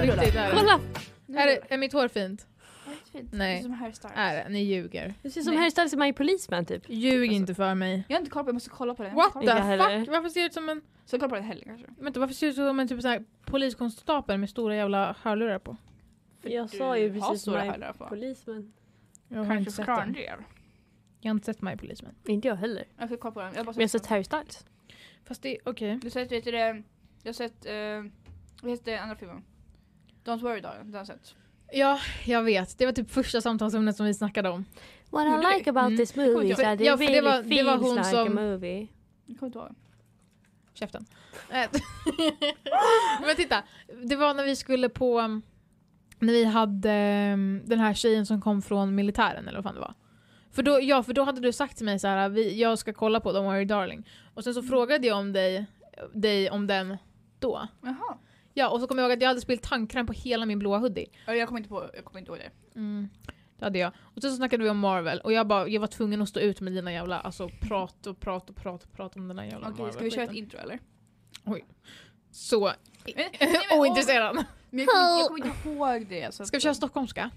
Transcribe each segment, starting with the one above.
Riktigt, är det. Kolla! Är, det, är mitt hår fint? Nej. Nej. Som Harry Styles. Är det? Ni ljuger. Du ser ut som Nej. Harry Styles i My Policeman typ. Ljug inte för mig. Jag har inte koll på det, jag måste kolla på det. Jag What måste the kolla på det. Inte heller. fuck? Varför ser jag ut som en... Så jag kollar på det heller kanske. Vänta, varför ser jag ut som en typ så här poliskonstapel med stora jävla hörlurar på? Jag sa ju Du har precis stora My hörlurar på. Policeman. Jag har Kanske inte sett den. förklarar Jag har inte sett My Policeman. Inte jag heller. Jag ska kolla på den. Jag har bara Men jag har sett- sett Harry Styles. Fast det, okej. Du har sett, vet du det? Jag har sett, eh, vad heter den andra filmen? Don't worry darling, den har jag sett. Ja, jag vet. Det var typ första samtalsämnet som vi snackade om. What Gjorde I du? like about Mm. this kommer movie inte is that it Ja, för det really var- det var feels hon like a som- movie. Jag kommer inte ihåg. Käften. Eh, Men titta, det var när vi skulle på... um, När vi hade um, den här tjejen som kom från militären eller vad fan det var. För då, ja, för då hade du sagt till mig så här, vi, jag ska kolla på Don't worry darling. Och Mm. sen så frågade jag om dig, dig om den då. Jaha. Ja, och så kom jag ihåg att jag hade spillt tandkräm på hela min blåa hoodie. Ja, Jag kommer inte, på, jag kommer inte ihåg det. Mm. Det hade jag. Och sen så snackade vi om Marvel och jag, bara, jag var tvungen att stå ut med dina jävla alltså, prat och prat och prat och prat om den här jävla Okej, ska vi Marvel-skiten. köra ett intro eller? Så eh, Men, nej, men, ointresserad. Men jag, kommer, jag kommer inte ihåg det. Så Ska vi att- köra stockholmska?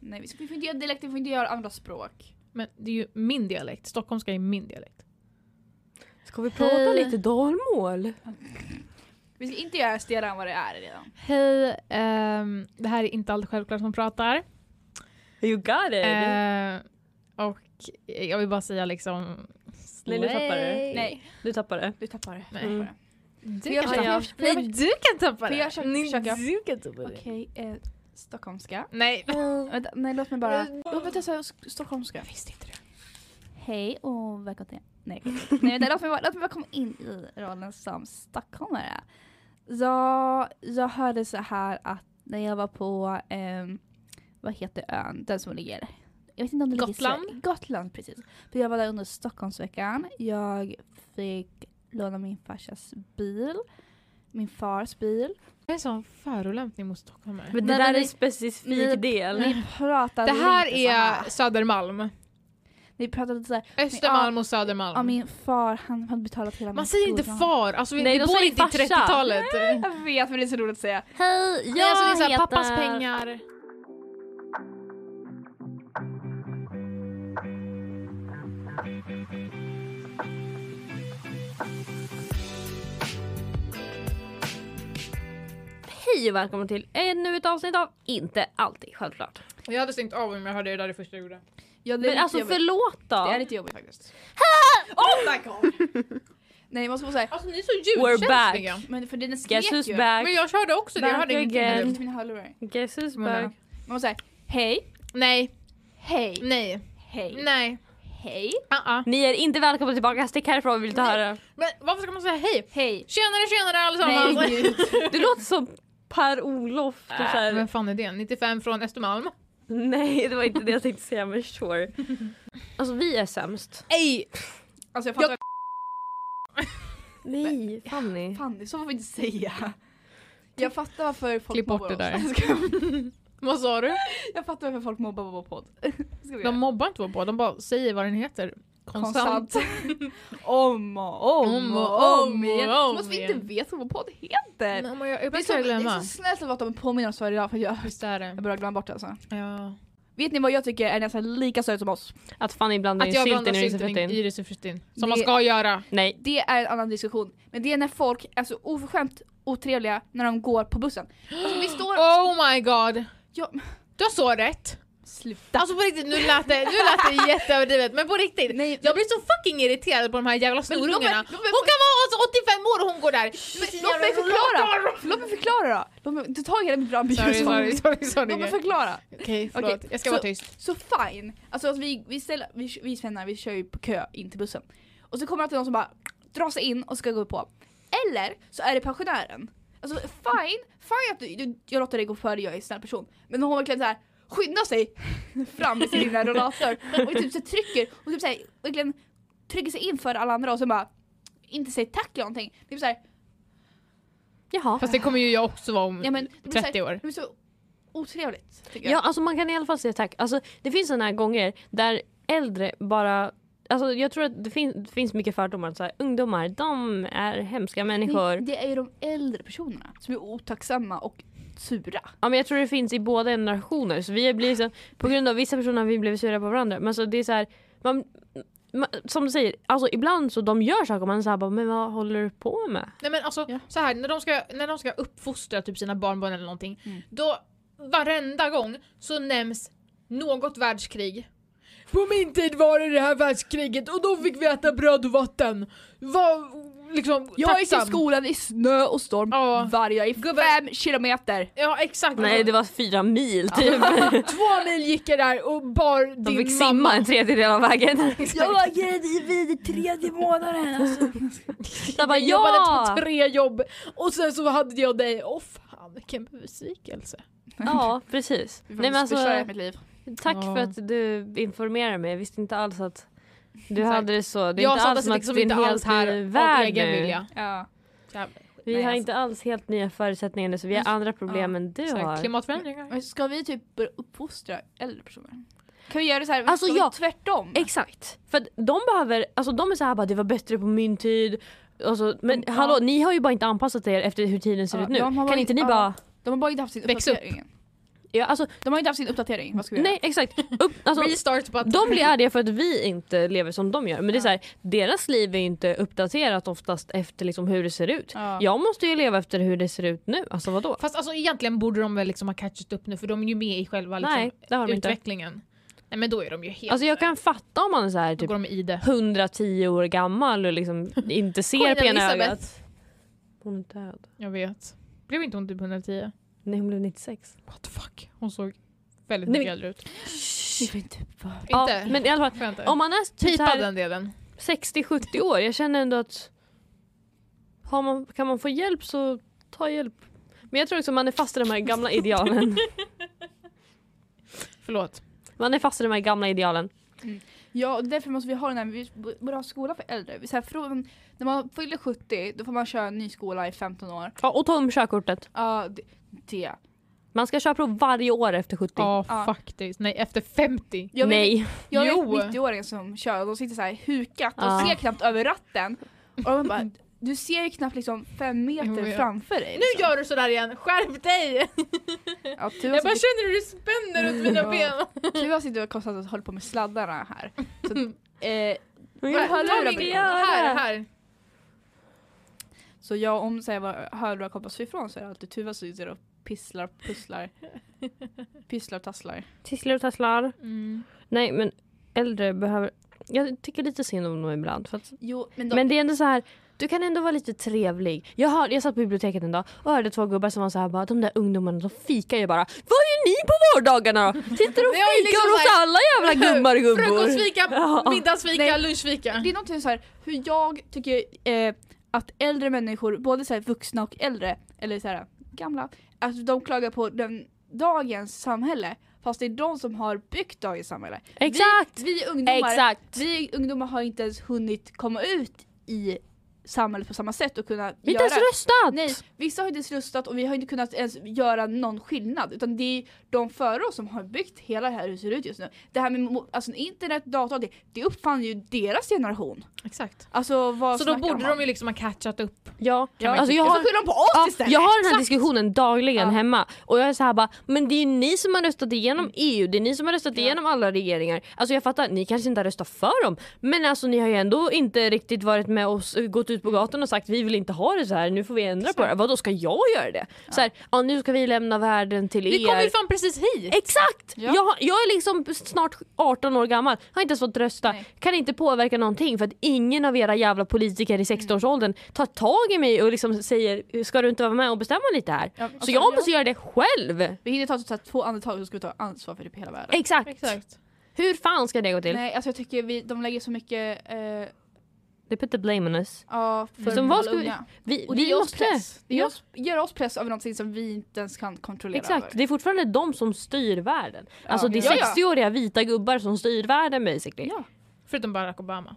Nej, vi, ska, vi får inte göra dialekter, vi får inte göra andra språk. Men det är ju min dialekt. Stockholmska är min dialekt. Ska vi prata Hej. lite dalmål? Vi ska inte göra stelare än vad det är redan. Hej, ehm, det här är inte allt självklart som pratar. You got it! Eh, och jag vill bara säga liksom... Nej, nu tappar du. Nej, Du tappar det. du tappar det. Nej. Du tappar Mm. det. Du, Får jag kan försöka- tappa- får jag- Nej, du kan tappa får det! jag försöka- Nej, försöka? Du kan tappa det. Okej, eh, stockholmska. Nej. Vänta, nej låt mig bara... Mm. Låt mig testa sk- stockholmska. Visste inte det. Hej och välkommen till... Nej, okej. nej vänta, låt mig, bara, låt mig bara komma in i rollen som stockholmare. Jag, jag hörde så här att när jag var på, ehm, vad heter ön, den som ligger? Jag vet inte om det ligger i Gotland? Sverige. Gotland, precis. För jag var där under Stockholmsveckan. Jag fick låna min farsas bil, min fars bil. Det är en sån förolämpning mot stockholmare. Men det Nej, där men är ni- en specifik ni- del. Ni pratade Det här lite så är här. Södermalm. Ni pratade lite så här, Östermalm Ja, ja och Södermalm. min far han hade betalat hela Man min säger inte skola. far, alltså vi, Nej, vi de bor säger inte i farsa. 30-talet. Nej, Jag vet men det är så roligt att säga. Hej, jag alltså det är så här, heter... pappas pengar. Hej och välkommen till ännu ett avsnitt av Inte alltid självklart. Jag hade stängt av om jag hörde det där det första jag gjorde. Ja, det är Men lite alltså jobbigt. förlåt då! Det är lite jobbigt faktiskt. oh my god! Nej man ska vara såhär, Alltså ni är så We're back! ljudkänsliga. men för den skrek Guess who's ju. back? Men jag körde också det, jag Back hörde ingenting. Jag again. heller. lyfte mina hörlurar. Guess who's Men, back? Man var såhär, hej, Nej, hej, nej, hej, nej, hej, uh-uh. Ni är inte välkomna tillbaka, stick härifrån vill du Nej. höra. Men varför ska man säga hej? hej. Tjenare tjenare allesammans! Nej gud. Du låter som Per-Olof. typ så här. Äh, Vem fan är det? 95 från Östermalm? Nej det var inte det jag tänkte säga men sure. Alltså vi är sämst. Ej! Alltså jag fattar Nej Fanny. fan det är så får vi inte säga. Jag fattar varför folk Klipp bort mobbar det där. oss. Jag skojar. Vad sa du? Jag fattar varför folk mobbar vår podd. Ska vi De göra? mobbar inte vår podd, de bara säger vad den heter. Konstant. Konstant. om och om och om igen. Som att vi inte vet vad vår podd heter. Nej, men jag, jag Det är, börjar så, det är glömma. så snällt att låta mig påminna oss varje dag för jag, Visst är jag det. börjar glömma bort det alltså. Ja. Vet ni vad jag tycker är nästan lika söt som oss? Att Fanny blandar Att in jag sylten blandar i sylten risifrutin. i risifrutin. Som Det- man ska göra. Nej. Det är en annan diskussion. Men det är när folk är så oförskämt otrevliga när de går på bussen. Alltså vi står... Oh my god! Ja. Du har så rätt! Sluta. Alltså på riktigt, nu lät det, nu lät det jätteöverdrivet men på riktigt. Nej, Jag blir så fucking irriterad på de här jävla men låt mig- snorungarna. låt mig- Hon kan vara alltså 85 år och hon går där! men Låt mig förklara! Låt mig förklara då! Låt mig, du tar hela mitt rampljusa. Sorry, sorry, sorry. Låt mig sorry. förklara. Okej, förlåt. Okej, Jag ska så- vara tyst. Så fine, alltså att vi, vi, ställer, vi, vi svennar, vi kör ju på kö in till bussen. Och så kommer det alltid någon som bara drar sig in och ska gå på. Eller så är det pensionären. Alltså fine, fine att du, du, jag låter dig gå före, jag är en snäll person. Men hon verkligen såhär skyndar sig fram med sin lilla rollator och typ så trycker och typ så här, verkligen trycker sig in för alla andra och så bara inte säger tack eller någonting. Typ såhär, Jaha. Fast det kommer ju jag också vara om ja men det blir så här- 30 år. det blir så otrevligt tycker Ja, jag. alltså man kan i alla fall säga tack. Alltså, det finns såna här gånger där äldre bara... Alltså, jag tror att det, fin- det finns mycket fördomar. att Så här, ungdomar, de är hemska människor. Det, det är ju de äldre personerna som är otacksamma och sura. Ja, men jag tror det finns i båda generationer. Så vi blir liksom, på grund av vissa personer har vi blivit sura på varandra. Men alltså, det är så här, man, man, som du säger, alltså, ibland så de gör saker och man säger men vad håller du på med? Nej men alltså Ja. så här, när de ska, när de ska uppfostra typ sina barnbarn eller någonting, Mm. då varenda gång så nämns något världskrig. På min tid var det det här världskriget och då fick vi äta bröd och vatten. Var liksom Jag gick till tacksam. skolan i snö och storm Ja. varje dag i fem kilometer. Ja exakt. Alltså, Nej, det var fyra mil typ. Två mil gick jag där och bar De din fick mamma. simma en tredjedel av vägen. Jag var gravid i tredje månaden alltså. Jag bara, Jag jobbade ja! på tre jobb och sen så hade jag dig. Åh fan vilken besvikelse. Ja, precis. Vi Nej, men alltså, mitt liv. tack Ja. för att du informerar mig. Jag visste inte alls att du Exakt. hade det så. Det är jag inte satt alls alltså som att liksom det är inte en alls helt här ny av värld egen nu. vilja. Ja. Jävlar. Vi Nej, har alltså. inte alls helt nya förutsättningar nu så Mm. vi har andra problem än du Så här, har. Klimatförändringar. Men Ska vi typ börja uppfostra äldre personer? Kan vi göra det så här? Alltså, ska vi ja. tvärtom? Exakt. För att de behöver, alltså de är så här bara det var bättre på min tid. Alltså, men Ja. hallå ni har ju bara inte anpassat er efter hur tiden ser Ja, ut nu. de har Kan varit- inte ni ja. bara, De har bara inte haft sin Väx upp. uppdatering. ja, alltså, De har inte haft sin uppdatering, vad ska vi nej exakt. Upp, alltså, Restart på att de blir arga för att vi inte lever som de gör. Men det är Ja. så här, deras liv är ju inte uppdaterat oftast efter liksom hur det ser ut. göra? Jag måste ju leva efter hur det ser ut nu, alltså vadå? Fast alltså, egentligen borde de väl liksom ha catchat upp nu för de är ju med i själva liksom, Nej det har de inte. utvecklingen. Nej men då är de ju helt... Alltså jag kan fatta om man är så här, då typ går de i det. 110 år gammal och liksom inte ser på Queen ena Elizabeth. ögat. Hon är död. Jag vet. Blev inte hon typ 110? Nej hon blev 96. What the fuck? Hon såg väldigt Nej, mycket äldre ut. Vi får inte bara- Ja, inte? men i alla fall, Får jag inte? om man är typ så Pipa här den delen. 60-70 år, jag känner ändå att har man, kan man få hjälp så ta hjälp. Men jag tror också man är fast i de här gamla idealen. Förlåt. Man är fast i de här gamla idealen. Ja, och därför måste vi ha den här, vi borde ha skola för äldre. Vi- Så här, från, när man fyller 70, då får man köra en ny skola i 15 år. Ja, och ta om körkortet. Ja, det, det. Man ska köra prov varje år efter 70. Ja Ja. faktiskt. Nej efter 50. Jag vet- Nej. Jag vet Jo. 90-åringar som kör och de sitter så här hukat och Ja. ser knappt över ratten. Och de bara, du ser ju knappt liksom fem meter Jo, ja. framför dig. liksom. Nu gör du sådär igen, skärp dig! Ja, tur Jag att bara känner hur du spänner runt mina Ja. ben. tur att du konstant och håller på med sladdarna här. Så, att, eh, Jag hörlurar Ta min- brukar jag göra. Här, här. så jag om så här, var hörlurar kopplas ifrån så är det alltid Tuva som sitter och pisslar, pusslar. Pisslar och tasslar. Tisslar och tasslar. Mm. Nej men äldre behöver... Jag tycker lite synd om dem ibland. För att Jo, men, Men det är ändå så här, du kan ändå vara lite trevlig. Jag, hör, jag satt på biblioteket en dag och hörde två gubbar som var så här bara, de där ungdomarna de fikar ju bara. Vad gör ni på vårdagarna då? Sitter och Det är ju fikar liksom hos så här- alla jävla gubbar och gubbor. Frukostfika, Ja. middagsfika, Nej. lunchfika. Det är någonting så här, hur jag tycker eh, att äldre människor, både så här vuxna och äldre, eller så här gamla, att de klagar på den dagens samhälle. Fast det är de som har byggt dagens samhälle. Exakt! Vi ungdomar, Exakt! vi ungdomar har inte ens hunnit komma ut i samhället på samma sätt och kunna Vi har inte göra... ens röstat! Nej, vissa har inte ens röstat och vi har inte kunnat ens göra någon skillnad. Utan det är de före oss som har byggt hela det här hur det ser ut just nu. Det här med mo- alltså, internet, data och det, det uppfann ju deras generation. Exakt. Alltså vad Så då borde de ju liksom ha catchat upp. Ja, Kan man alltså jag Jag har, så skyller de på oss ja, istället! jag har den här Exakt. diskussionen dagligen Ja. hemma och jag är så här bara, men det är ju ni som har röstat igenom EU, det är ni som har röstat Mm. Ja. igenom alla regeringar. Alltså jag fattar, ni kanske inte har röstat för dem, men alltså ni har ju ändå inte riktigt varit med oss, gått ut på Mm. gatan och sagt vi vill inte ha det så här, nu får vi ändra på det. Vadå ska jag göra det? Så här, ja nu ska vi lämna världen till Vi kom er. ju fan precis hit! Exakt! Ja. Jag, har- jag är liksom snart 18 år gammal, har inte ens fått rösta, Nej. kan inte påverka någonting för att ingen av era jävla politiker i Mm. 16-årsåldern tar tag i mig och liksom säger ska du inte vara med och bestämma lite här? Ja, alltså, Så jag måste göra det själv! Vi hinner ta typ så här, två andetag så ska vi ta ansvar för typ hela världen. Exakt. Exakt. Hur fan ska det gå till? Nej alltså jag tycker vi, de lägger så mycket, eh, They put the blame on us. ja för Som de vad alla ska vi- unga. Vi, Och det vi gör oss måste... press. Det gör, Ja. oss, gör oss press över någonting som vi inte ens kan kontrollera Exakt, över. det är fortfarande de som styr världen. Ja. Alltså det Ja, är ja. 60-åriga vita gubbar som styr världen basically. Ja. Förutom Barack Obama,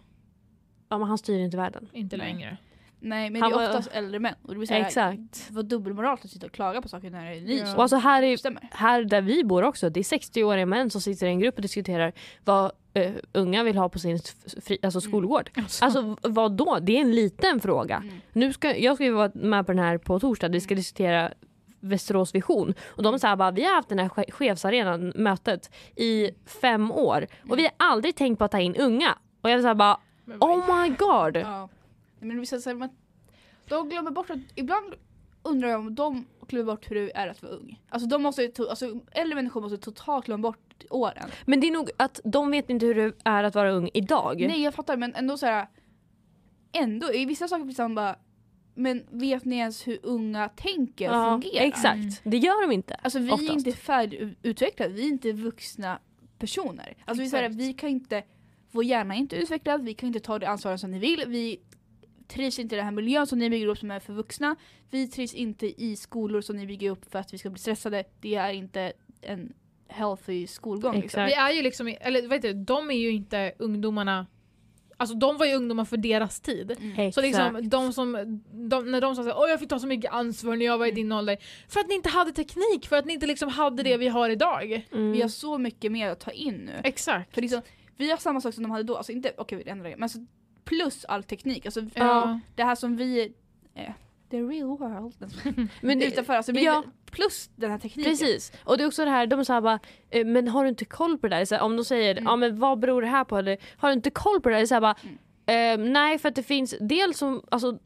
Ja men han styr inte världen. inte Nej. längre. Nej men Han det är var- oftast äldre män och det blir såhär, Exakt. vad dubbelmoral att sitta och klaga på saker när det är ni Ja. Och som alltså här, är, stämmer. här där vi bor också, det är 60-åriga män som sitter i en grupp och diskuterar vad eh, unga vill ha på sin f- fri, alltså skolgård. Alltså, Alltså vad då? Det är en liten fråga. Mm. Nu ska, jag ska ju vara med på den här på torsdag, vi Mm. ska diskutera Västerås vision. Och de säger bara, vi har haft den här che- chefsarenan, mötet, i fem år och vi har aldrig tänkt på att ta in unga. Och jag säger bara, Mm. men vad- oh my god! Ja. Nej, Men det blir så här, man, de glömmer bort att, ibland undrar jag om de glömmer bort hur det är att vara ung. Alltså de måste, ju to, alltså äldre människor måste totalt glömma bort åren. Men det är nog att de vet inte hur det är att vara ung idag. Nej jag fattar men ändå så här. ändå i vissa saker blir det bara, men vet ni ens hur unga tänker och Ja, fungerar? Exakt, Mm. det gör de inte. Alltså vi Oftast. är inte färdigutvecklade, vi är inte vuxna personer. Alltså vi, är så här, Exakt. vi kan inte, vår hjärna är inte utvecklad, vi kan inte ta det ansvar som ni vill, vi trivs inte i den här miljön som ni bygger upp som är för vuxna, vi trivs inte i skolor som ni bygger upp för att vi ska bli stressade, det är inte en healthy skolgång. Liksom. Exakt. Vi är ju liksom, i- eller vet du, de är ju inte ungdomarna, alltså de var ju ungdomar för deras tid. mm. Så liksom, de som, de, när de sa såhär, åh jag fick ta så mycket ansvar när jag var i din ålder. För att ni inte hade teknik, för att ni inte liksom hade det vi har idag. Mm. Vi har så mycket mer att ta in nu. Exakt. För liksom, vi har samma sak som de hade då, alltså inte, okej vi ändrar det, men alltså, plus all teknik, alltså Ja. det här som vi, eh, the real world. Men det- utanför, alltså, men ja. plus den här tekniken. Precis, och det är också det här, de säger bara eh, men har du inte koll på det där? Så här, om de säger Mm. ja men vad beror det här på? Eller, har du inte koll på det där? Så här, bara, eh, nej för att det finns dels som, alltså,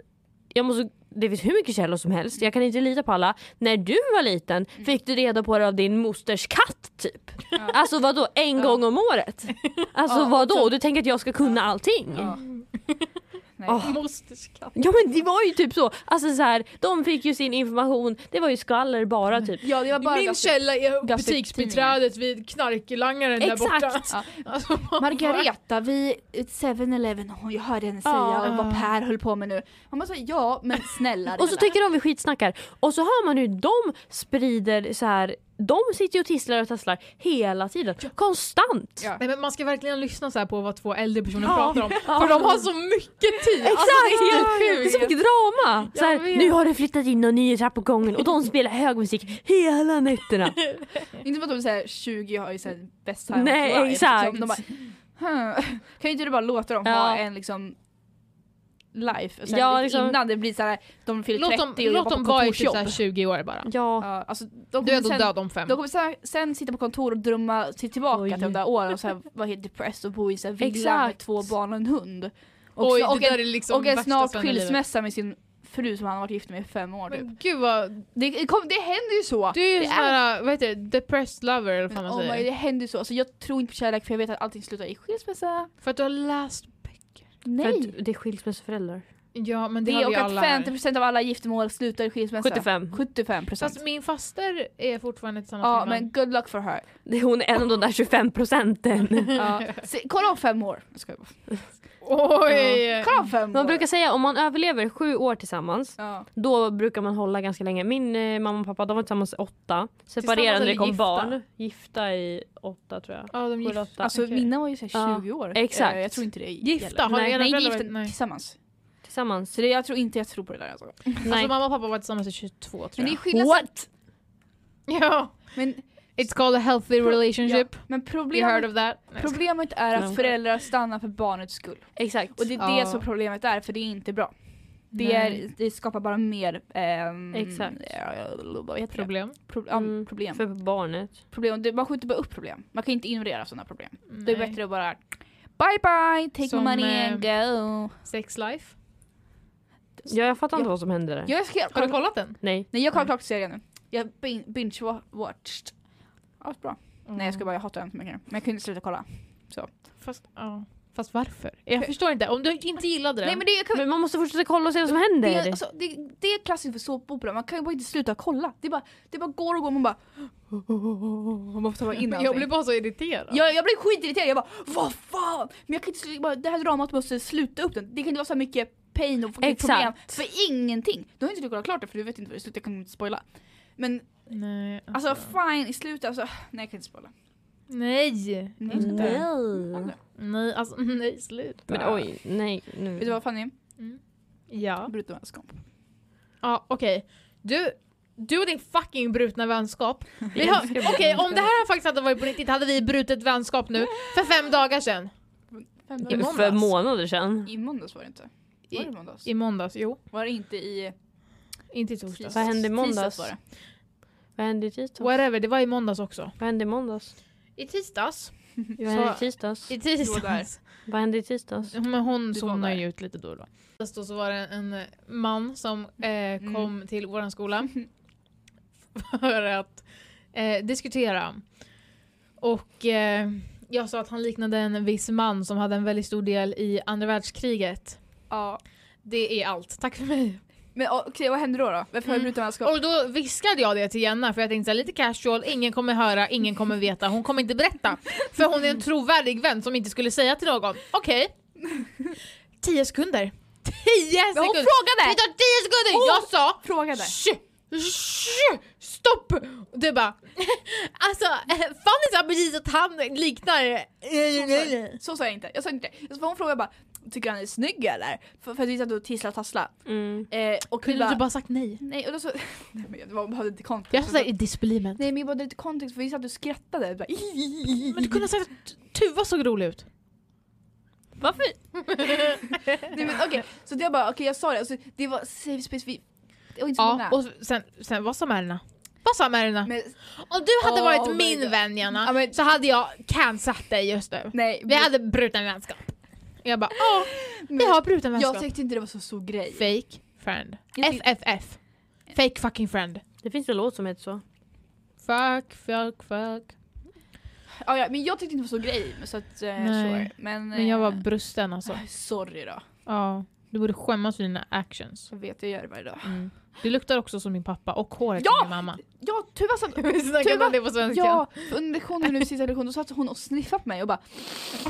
jag måste, det finns hur mycket källor som helst, jag kan inte lita på alla. När du var liten Mm. fick du reda på det av din mosters katt typ. Alltså vad då en gång om året? Alltså Ja, vad och då? Du tänker att jag ska kunna allting? Ja. Nej. Åh. Mosterskatt. Ja men det var ju typ så, alltså så här, de fick ju sin information, det var ju skvaller bara typ. Ja, det var bara Min ganska- källa är gaffetidningar. butiksbiträdet vid knarklangaren där borta. Exakt! Alltså, vad- Margareta vid 7-Eleven, hon- jag hörde henne säga Ja. och vad Per höll på med nu. Man bara säger ja men snälla Och så rara. tycker de vi skitsnackar. Och så hör man hur de sprider så här. De sitter ju och tisslar och tasslar hela tiden. Konstant. Ja. Nej, men man ska verkligen lyssna så här på vad två äldre personer Ja. pratar om. Ja. För de har så mycket tid! Exakt! Alltså, det är det är så inte sjukt. mycket drama. Så Jag vet. här, nu har det flyttat in någon ny i trappuppgången och de spelar hög musik hela nätterna. Inte för att de säger 20 har ju såhär bäst time of Nej, life, exakt. Liksom. De bara, "Hm, kan ju inte du bara låta dem Ja. ha en liksom life och sen Ja, lite liksom. innan det blir såhär de fyller Låt 30 dem, och låt jobbar på dem vara i typ så här kontorsjobb. 20 år bara. Ja. Ja, alltså, de Du är kommer ändå sen, död om fem. de kommer sen, sen sitta på kontor och drömma sig tillbaka Oj. till de där åren och så här, vara helt depressed och bo i en villa med Exakt. två barn och en hund. Och, Oj, så- och, det där en, är liksom och en värsta snart stunden i livet. skilsmässa med sin fru som han har varit gift med i fem år typ. Men gud vad... Det, det, kom, det händer ju så! Du är ju Det sån här, vad heter det, depressed lover eller vad fan men, man oh my, säger. det händer ju så. Alltså, jag tror inte på kärlek för jag vet att allting slutar i skilsmässa. För att du har läst böcker. För Nej! att det är skilsmässoföräldrar. Ja men det, Det har är vi och att alla här. 50% av alla giftermål slutar i skilsmässa. 75. 75 procent. Fast min faster är fortfarande tillsammans Ja med men good luck for her. Det är Hon är en av de där 25 procenten. Ja. Se, kolla om fem år. Jag skojar bara. Oj! Kolla om fem Man år. brukar säga om man överlever sju år tillsammans Ja. Då brukar man hålla ganska länge. Min eh, mamma och pappa de var tillsammans i åtta. Tillsammans Separerade när det eller kom gifta? barn. Gifta i åtta tror jag. Ja de Sju eller gifta. åtta. Alltså Okej. mina var ju så här Ja, 20 år. exakt. Eh, Jag tror inte det Gifta? gäller. Har Nej, era Nej, föräldrar gifta varit... Nej. tillsammans. Tillsammans. Så det, jag tror inte jag tror på det där alltså. Alltså Nej. mamma och pappa var tillsammans i 22 Men tror det är jag. skillnad. What? Ja! Men, It's called a healthy Pro- relationship. ja, men You heard problemet, of that? Nej, problemet är Ja. att föräldrar stannar för barnets skull. Exakt. Och det är Ja. det som problemet är för det är inte bra. Det, Nej. är, det skapar bara mer ehm, Exakt. ja, vad heter det? Problem? Pro, ja, Mm. problem. För barnet. problem. Det- Man skjuter bara upp problem. Man kan inte ignorera sådana problem. Det är Nej. bättre att bara bye bye, take Som, my money and go. Sex life? Ja, jag fattar inte Ja. vad som hände där. Jag ska Har du kollat den? Nej. Nej jag kollar klart serien nu. Jag bin- binge-watched. Allt bra. Nej jag ska Mm. bara, jag hatar den så mycket. Men jag kunde sluta kolla. Fast, ja. Fast varför? Jag förstår inte. Om du inte gillade den. Nej men det, jag kan, Men man måste fortsätta kolla och se vad som händer. det, alltså, det, det är klassiskt för såpopera, man kan ju bara inte sluta kolla. Det bara, det bara går och går och man bara... Man måste vara in Men jag allting. blir bara så irriterad. jag, jag blir skitirriterad, jag bara vad fan! Men jag kan inte sluta, bara, det här dramat måste sluta upp den. Det kan inte vara så här mycket pain och fucking Exakt. problem för ingenting. Du har inte du kollat klart det för du vet inte vad det slutar, jag kan inte spoila. Men Nej. alltså fine, i slutet alltså, nej jag kan inte spoila. Nej! Nej, Mm. sluta. Nej. Nej, alltså nej, sluta. Men oj, nej. Vet du Nu. vad Fanny? Mm. Ja. Bruten vänskap. Ja, okej. Du, du och din fucking brutna vänskap. Vi har- Okej, om det här faktiskt hade varit på riktigt hade vi brutit vänskap nu för fem dagar sedan. Fem I dagar. måndags. För månader sedan. I måndags var det inte. Var det i måndags? I måndags, jo. Var det inte i Inte i torsdags. Vad hände i måndags? Tisdags var det. Vad hände i tisdags? Whatever, det var i måndags också. Vad hände i måndags? I tisdags. Mm. Vad hände i Så- tisdags? I Du var där. tisdags. Vad hände i tisdags? Men hon Du var somnar där. ju ut lite då och då. Då så var det en eh, man som eh, Mm. kom till vår skola för att eh, diskutera. Och eh, jag sa att han liknade en viss man som hade en väldigt stor del i andra världskriget. Ja. Det är allt, tack för mig. Men okej, vad hände då? då? Varför har Mm. du bruten vänskap? Och då viskade jag det till Jenna för jag tänkte så här, lite casual, ingen kommer höra, ingen kommer veta, hon kommer inte berätta. För hon är en trovärdig vän som inte skulle säga till någon. Okej. Tio sekunder. Tio Men hon sekunder! Det frågade! tar tio sekunder! Hon- Jag sa Frågade. Shh, shh, stopp! Och du bara alltså eh, Fanny sa precis att han liknar... eh, Så sa jag inte. Jag sa inte det. För hon frågade bara, tycker han är snygg eller? För, för att visa att du tisslar och tasslar. Mm. Eh, och vi Kunde du bara, inte bara sagt nej? nej och då så, nej men jag det var- behövde inte kontext. Jag sa såhär i disbelievement. Nej men jag behövde lite kontext för vi satt och skrattade. Bara, Men du kunde ha sagt att Tuva såg rolig ut. Varför? nej men okej, så det jag bara, okej jag sa det. Alltså, det var safe space, vi, det var inte så Ja, många. och sen, sen vad sa Märna? Vad sa Märna? Men, Om du hade Oh varit my min God. vän Jenna, Ja, men- så hade jag cancelat dig just nu. nej, Vi hade bruten vänskap. Jag bara, åh, vi har bruten jag vänskap. tyckte inte det var så stor grej. Fake friend. Jag tyck- FFF. Fake fucking friend. Det finns en låt som heter så. Fuck, fuck, fuck. Ja, ja, men jag tyckte inte det var så grej. Så att, eh, Nej. sure. men, Men jag var eh, brusten alltså. Sorry då. Ja, du borde skämmas för dina actions. Jag vet, jag gör det varje dag. Mm. Du luktar också som min pappa och håret Ja! som min mamma. Ja, Tuva satt... Snackar Tuva- man det på svenska? Ja, under lektionen nu, sista lektionen, då satt hon och sniffade på mig och bara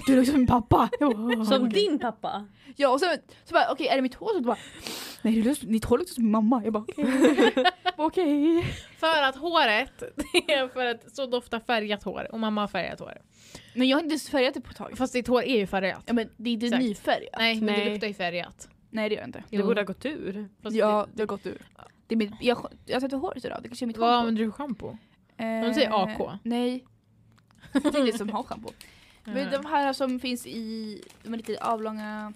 Du luktar som min pappa! Jag bara, Som din pappa. Ja och sen så bara okej är det mitt hår? Så du bara Nej det luktar, ditt hår luktar som min mamma. Jag bara okej. okej. För att håret, det är för att så doftar färgat hår och mamma har färgat hår. Men jag har inte färgat det på ett tag. Fast ditt hår är ju färgat. Ja men det är inte Exakt. nyfärgat. Nej, men det Nej. luktar ju färgat. Nej det gör jag inte. Det borde ha gått ur. Fast Ja, det- det har gått ur. Det är mitt, jag, jag tvättar håret idag, det kanske är mitt Vad schampo. använder du för schampo? Eh, de säger AK. Nej. Det är det som har schampo. Men Mm. de här som finns i, de är lite avlånga.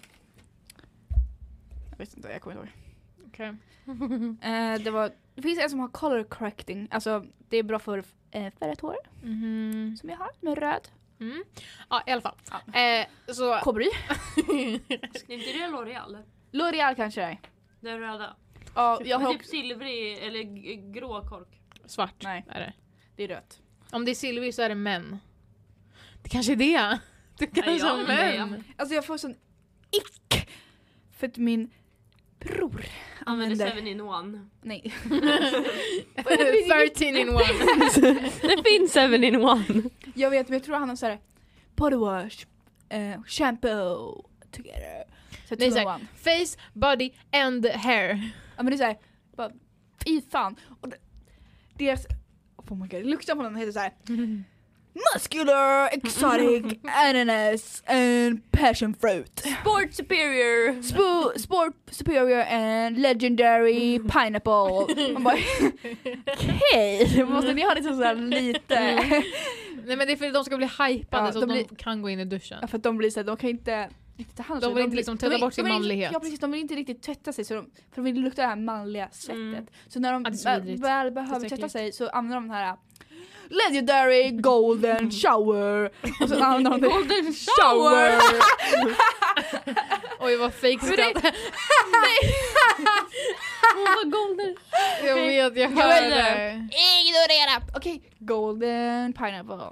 Jag vet inte, jag kommer inte ihåg. Okej. Mm. Eh, det, var, det finns en som har color correcting, alltså det är bra för eh, färgat hår Mhm. som jag har, med röd. Mm. Ja, i alla fall. Ja. Eh, så... Kobry. Är inte det L'Oreal? L'Oreal kanske det är. Den röda. typ Ja, jag typ har också, silvrig eller grå kork. Svart Nej. är det. det är rött. Om det är silver så är det män. Det kanske är det. Det kanske ja, är det är- män. Alltså jag får sån ick! För att min bror använder... in one. Nej. 13 in one. Det finns 7 in one. Jag vet men jag tror han har såhär body wash, eh, shampoo, together. Så Nej, jag så tror här- han. Face, body and hair. Ja men det är såhär, bara fy fan. Och det, deras, oh my god, lukten på den heter såhär Muscular, exotic, ananas and passion fruit. Sport superior. Spo- sport superior and legendary pineapple. Man bara okej, måste ni ha liksom såhär lite... Mm. Nej men det är för att de ska bli hypade Ja, så de att de blir- kan gå in i duschen. Ja, för att de blir såhär, de kan inte riktigt ta hand om De sig. vill inte blir- liksom tvätta vill- bort sin de vill inte- manlighet. Ja precis, de vill inte riktigt tvätta sig så de, för de vill lukta det här manliga svettet. Mm. Så när de Ja, det är så väl, vidrigt. väl Det behöver är så tvätta sig så använder de den här uh, Legendary golden shower och så använder de det. Golden Shower! Oj vad fake skratt. Hon var golden. Jag vet, jag Vad är hör det. Ignorera! Okej, golden pineapple.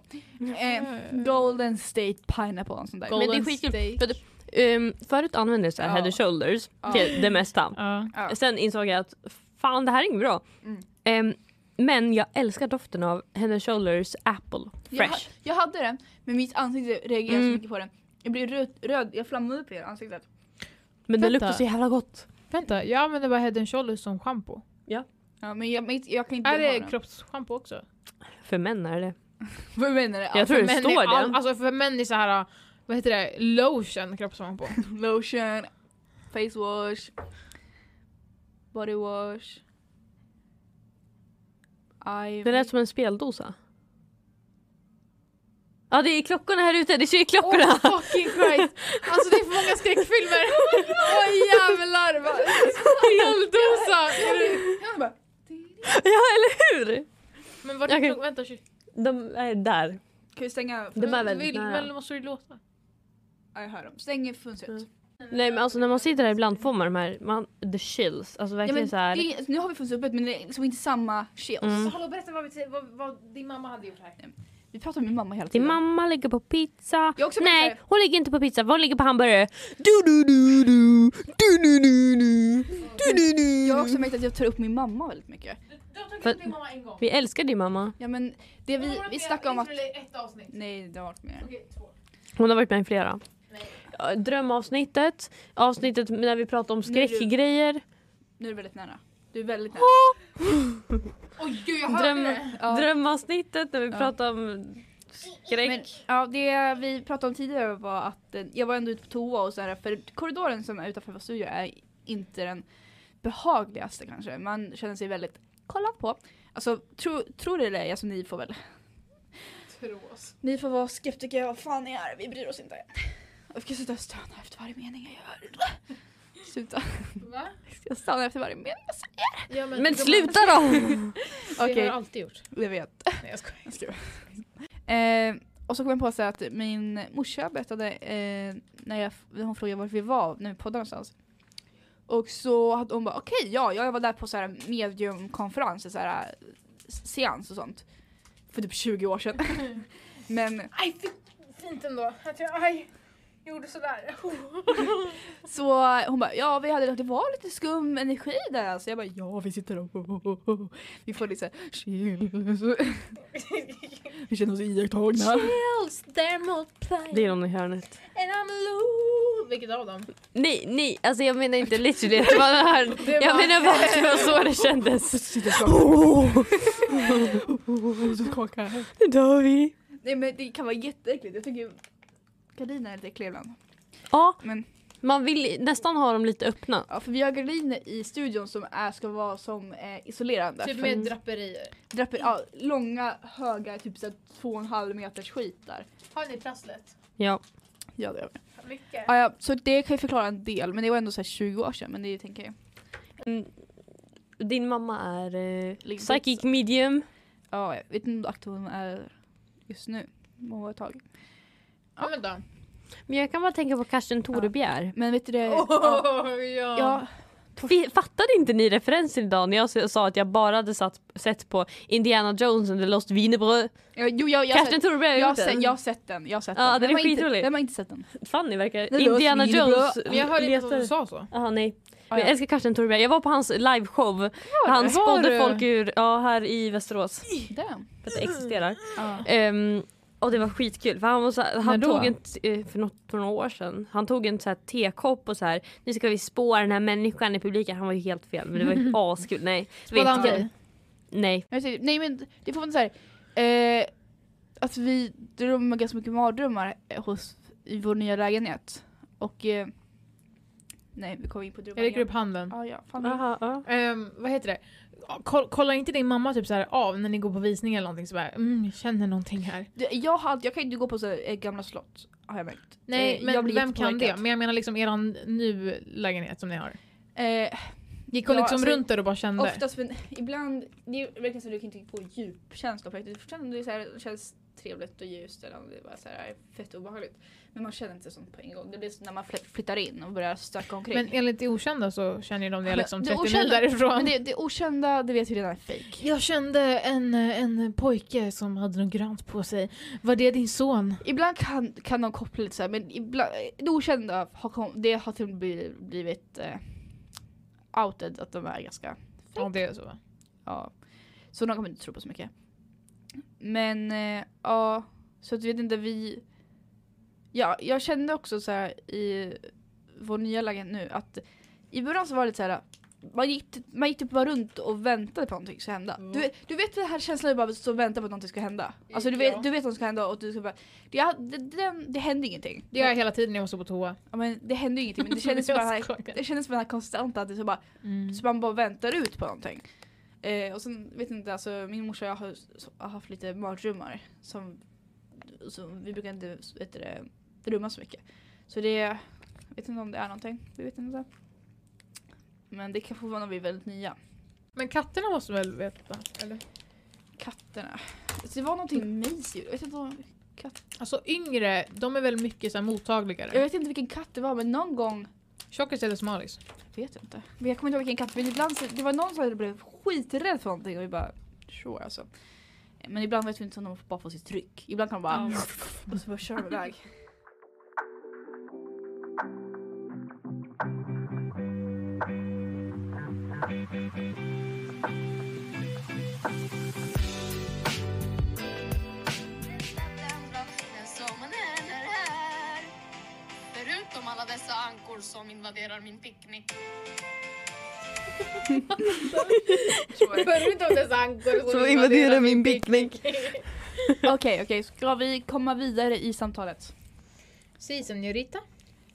Eh, Mm. golden state pineapple och sånt där. Golden Men det är skitkul, steak. för att- Um, förut använde jag så här Ja. head and shoulders Ja. till det mesta. Ja. Ja. Sen insåg jag att fan det här är inget bra. Mm. Ehm, men jag älskar doften av head and shoulders apple Jag, fresh. jag hade den, men mitt ansikte reagerade Mm. så mycket på den. Jag blev röd, röd jag flammade upp i hela ansiktet. Men det Vänta. luktar så jävla gott. Vänta, jag använder bara head and shoulders som schampo. Ja, men jag, men jag kan inte Är ha det den. kroppsschampo också? För män är det. Vad menar du? Ja, jag tror det Män står är all- det. Alltså för män är så här, vad heter det, lotion kroppsschampo. Lotion, face wash, body wash. Ivy. Det lät som en speldosa. Ja det är klockorna här ute, det är klockorna! Oh fucking Christ! Alltså det är för många skräckfilmer! Åh jävlar! vad- Speldosa! Är det- Jag bara, Ja eller hur! Men vart Okej. okay. Vänta, shit. De är där. kan vi stänga? De är Men väldigt vill, nära. Väl måste du låta? Ja, jag hör dem. Stäng fönstret. Mm. Nej men alltså när man sitter där ibland får man de här, man, the chills. Alltså Ja, verkligen men så här. det är- nu har vi fönstret öppet men det är liksom inte samma chills. Mm. Hallå berätta vad, vi, vad, vad din mamma hade gjort här. Vi pratar med min mamma hela Din tiden. mamma ligger på pizza. Jag har också Nej, blivit hon ligger inte på pizza, för hon ligger på hamburgare. Du, du, du, du. Du, du, du, du. Du, du, du. Jag har också märkt att jag tar upp min mamma väldigt mycket. Du, du har tagit För- upp din mamma en gång. Vi älskar din mamma. Ja men det vi, vi snackade om att... Det ett avsnitt. Nej det har varit mer. Okej, två. Hon har varit med i flera. Nej. Ja, Drömavsnittet, avsnittet när vi pratade om Nu är du- skräckgrejer. Nu är du väldigt nära. Du är väldigt nära. Oj gud jag hörde Dröm- det! Ja. Drömavsnittet när vi Ja. pratade om skräck. Men, ja, det vi pratade om tidigare var att eh, jag var ändå ute på toa och så här, för korridoren som är utanför vår studio är inte den behagligaste kanske. Man känner sig väldigt kollad på. Alltså tro, tror det eller ej, alltså ni får väl. Trås. Ni får vara skeptiker, vad fan ni är, vi bryr oss inte. Jag ska sitta och stöna efter varje mening jag gör. Sluta. Va? Jag stannar efter varje mening. Ja, Men, sluta då! Okej. Det har Okej. jag alltid gjort. Jag vet. Nej jag skojar. Jag skojar. Eh, och så kom jag på så här att min morsa berättade eh, när, jag, när hon frågade vart vi var, när vi poddade någonstans. Och så hade hon bara okej, ja, jag var där på så här mediumkonferens, så här seans och sånt. För typ 20 år sedan. Men Aj fi- fint ändå att jag aj, gjorde sådär. så hon bara ja, vi hade, det var lite skum energi där. Så jag bara ja, vi sitter och vi får lite så här chill. Vi känner oss iakttagna. Chills there multiply Det är någon i hörnet. and I'm loose. Vilket av dem? Nej, nej, alltså jag menar inte literally att det var det här. Det Jag var- menar bara att det var så det kändes. Sitter och skakar. skakar. Nu dör vi. Nej men det kan vara jätteäckligt. Jag tycker ju gardiner är lite äckliga ibland. Ja, Men, man vill nästan ha dem lite öppna. ja, för vi har gardiner i studion som är, ska vara som eh, isolerande. Typ För med draperier. draper, ja, långa, höga, typ såhär två och en halv meters skit där. Har ni prasslet? Ja. Ja, det gör vi. Mycket. Ja, ja, så det kan ju förklara en del men det var ändå såhär 20 år sedan men det tänker jag. Mm. Din mamma är eh, Liksom- psychic medium. Ja, jag vet inte hur aktiv hon är just nu. Hon var ett tag. Ja men då. Men jag kan bara tänka på Karsten Torebjer. Men vet du det? Ja, Oh, ja. ja, Fi- Fattade inte ni referensen idag när jag s- sa att jag bara hade satt, sett på Indiana Jones and the Lost Wienerbröd? ja, jo, jag, jag, har Karsten sett- Torebjer har jag, har gjort sett, den. jag har sett den. Jag har sett Ja, den. den Vem är har inte- skitrolig. Vem har inte sett den? Fanny verkar... The Lost Indiana Wienerbröd. Jones Men jag hörde inte vad du letar- sa så. Jaha, nej. Ah, Men jag ja. älskar Karsten Torebjer. Jag var på hans liveshow. Han Var spådde du? folk ur, ja här i Västerås. Damn. För att det existerar. Ja. Ehm, och det var skitkul för han, var så här, När han då? tog en, t- eh, för, något, för några år sedan, han tog en så här tekopp och så här. nu ska vi spåra den här människan i publiken. Han var ju helt fel men det var ju askul. Nej. det var Spådde han jättekul. dig? Nej. Jag säger, nej men det får man säga. Eh, att vi drömmer ganska mycket mardrömmar eh, hos, i vår nya lägenhet. Och eh, nej vi kommer in på Jag drömmar räcker igen. upp handen. Ah, ja, fan. Aha, ja. Ehm, vad heter det? Koll, kollar inte din mamma typ så här av när ni går på visning eller någonting så bara mm, jag känner någonting här. Du, jag, har, alltid- jag kan inte gå på så här, eh, gamla slott har jag märkt. Nej Eh, jag men blir vem kan det? jättepåverkad. Men jag menar liksom eran nu lägenhet som ni har. Eh, Gick hon Ja, liksom alltså, runt där och bara kände? oftast men ibland, det är verkligen så att du kan inte få djupkänsla på riktigt. Du känner det, är så här, det känns trevligt och ljust eller om det är bara så här, är fett obehagligt. Men man känner inte sånt på en gång. Det blir så när man fly- flyttar in och börjar stöka omkring. Men enligt det okända så känner ju de det Men liksom det 30 mil okända- därifrån. Men det, det okända, det vet vi redan är fejk. Jag kände en, en pojke som hade något grönt på sig. Var det din son? Ibland kan, kan de koppla lite så här, men ibland, det okända har, kom, det har till och med bli- blivit eh, outed att de är ganska, Ja, det är så. va? ja. Så de kommer inte tro på så mycket. Men eh, ja, så att du vet inte vi, ja jag kände också så här i vår nya lägenhet nu att i början så var det så här, man gick, typ- man gick typ bara runt och väntade på att någonting ska hända. Mm. Du, vet- du vet den här känslan du bara stå och vänta på att någonting ska hända? Alltså du vet, Ja. du vet vad som ska hända och du ska bara, det, det, det, det hände ingenting. Det gör jag hela tiden när jag måste på toa. Ja, men det hände ingenting men det kändes bara här, det kändes bara den här konstanta att det så bara Mm. Så man bara väntar ut på någonting. Eh, och sen vet jag inte, alltså, min morsa och jag har, s- har haft lite mardrömmar. Som, som vi brukar inte vet du, det, drömma så mycket. Så det, jag vet inte om det är någonting. Vi vet inte. Men det kan vara när vi är väldigt nya. Men katterna måste väl veta? Eller? Katterna. Alltså, det var någonting Maisie gjorde. jag vet, inte, om- Alltså yngre, de är väl mycket så här, jag mottagligare? vet inte vilken katt det var men någon gång, Tjockis eller smalis? vet jag inte. Men jag kommer inte ihåg vilken katt men ibland så, det var någon som blev skiträdd för någonting och vi bara sure alltså. Men ibland vet vi inte om de bara får sitt tryck. Ibland kan de bara Och så bara kör de iväg. Den bland tiden som en än är här. Förutom alla dessa ankor som invaderar min picknick. Förutom dess ankor Som invaderar min picknick. Okej, okej. Ska vi komma vidare i samtalet? Si senorita,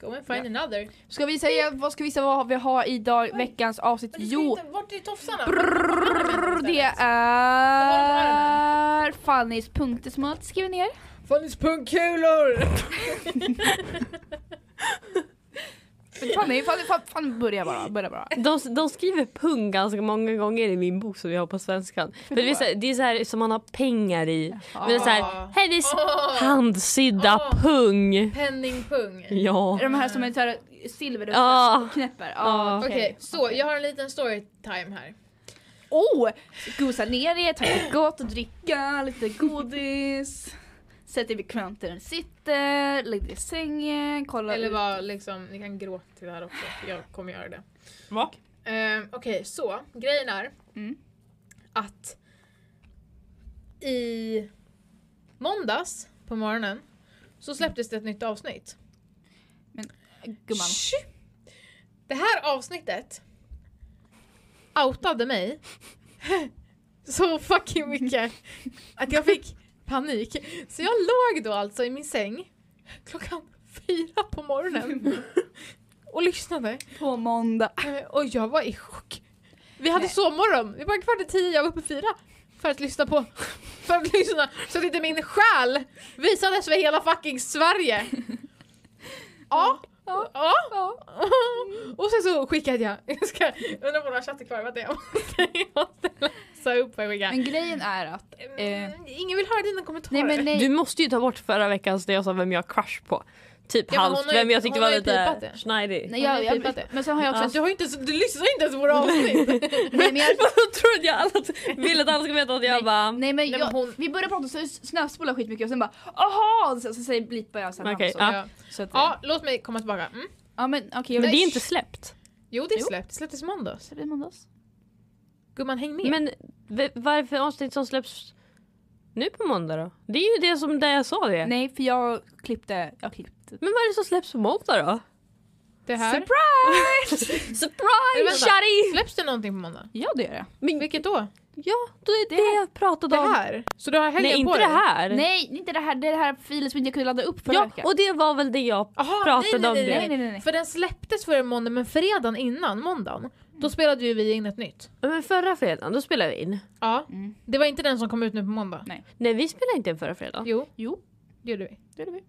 go and find another. Ska vi säga, vad ska vi säga vad vi har idag, veckans avsnitt? Jo, Vart är tofsarna? brrrr, det är Fannys punkter som hon alltid skriver ner. Funnits pungkulor! Fanny, Fanny, Fanny, Fanny börja bara, börja bara. De, de skriver pung ganska många gånger i min bok som jag har på svenskan. För det, är så här, det är så här som man har pengar i. Men det är så här, Ah. hej det är s- Åh. handsydda Åh. pung. Penningpung. Ja. Är de här som är såhär silver och Ja. knäpper? Ja. Ja. Okej, så jag har en liten storytime här. Oh! Gosa ner er, ta lite gott att dricka, lite godis. Sätt er bekvämt där ni sitter, lägg er i sängen, kolla Eller ut. bara liksom, ni kan gråta till det här också. för Jag kommer göra det. Va? Ehm, Okej, så grejen är Mm. att i måndags på morgonen så släpptes det ett nytt avsnitt. Gumman. Shh! Det här avsnittet outade mig så fucking mycket att jag fick panik. Så jag låg då alltså i min säng klockan fyra på morgonen och lyssnade. På måndag. Eh, Och jag var i chock. Vi hade Nej. sovmorgon. Vi var kvart i tio, jag var uppe fyra. För att lyssna på... För att lyssna så att inte min själ visades för hela fucking Sverige. Ja. Ja. Ja. Och sen så skickade jag... jag ska, undrar om våra chatt är kvar. Vänta, jag måste, jag måste läsa upp vad jag skickade. Men grejen är att... Mm, Ingen vill höra dina kommentarer. Nej men nej. Du måste ju ta bort förra veckans där jag sa vem jag har crush på. Typ Ja, men hon halvt, har ju- vem jag tyckte hon var har ju pipat lite det. schneidig. nej Har jag, ni jag, pipat det? men sen har jag också... Alltså, du, har inte, ens- du lyssnar inte ens på våra avsnitt. Nej men, jag, Jag tror att jag alla vill att alla ska veta att jag bara... nej, men men jag, hon- vi börjar prata så snabbspolar skitmycket och sen bara aha! Och så, så säger blippar jag sen. Okej, så. ja. ja. Så att, ja. ja, låt mig komma tillbaka. Mm. men okej. jag Men vill- det är inte släppt. Jo, det är Jo. släppt. Det släpptes i måndags. Så det är måndags. Gumman, häng med. Men v- varför avsnitt som släpps nu på måndag då? Det är ju det som där jag sa det. Nej för jag klippte, jag klippte. Men vad är det som släpps på måndag då? det här. Surprise! Men Surprise! vänta. Shari! Släpps det någonting på måndag? ja det gör jag. Vilket då? Ja, då är det, jag pratade Det om. här? Så du har helgen Nej, på inte det dig? här. Nej inte det här, det är det här filen som jag inte kunde ladda upp förra Ja, veckan. och det var väl det jag... Aha, Pratade nej, om nej, nej, det. Nej nej. nej nej. nej. För den släpptes förra måndag men fredagen innan måndagen då spelade ju vi in ett nytt. Men förra fredagen, då spelade vi in. Ja, Mm. det var inte den som kom ut nu på måndag. Nej, vi spelade inte in förra fredagen. Jo, Jo det gjorde vi. det är det vi.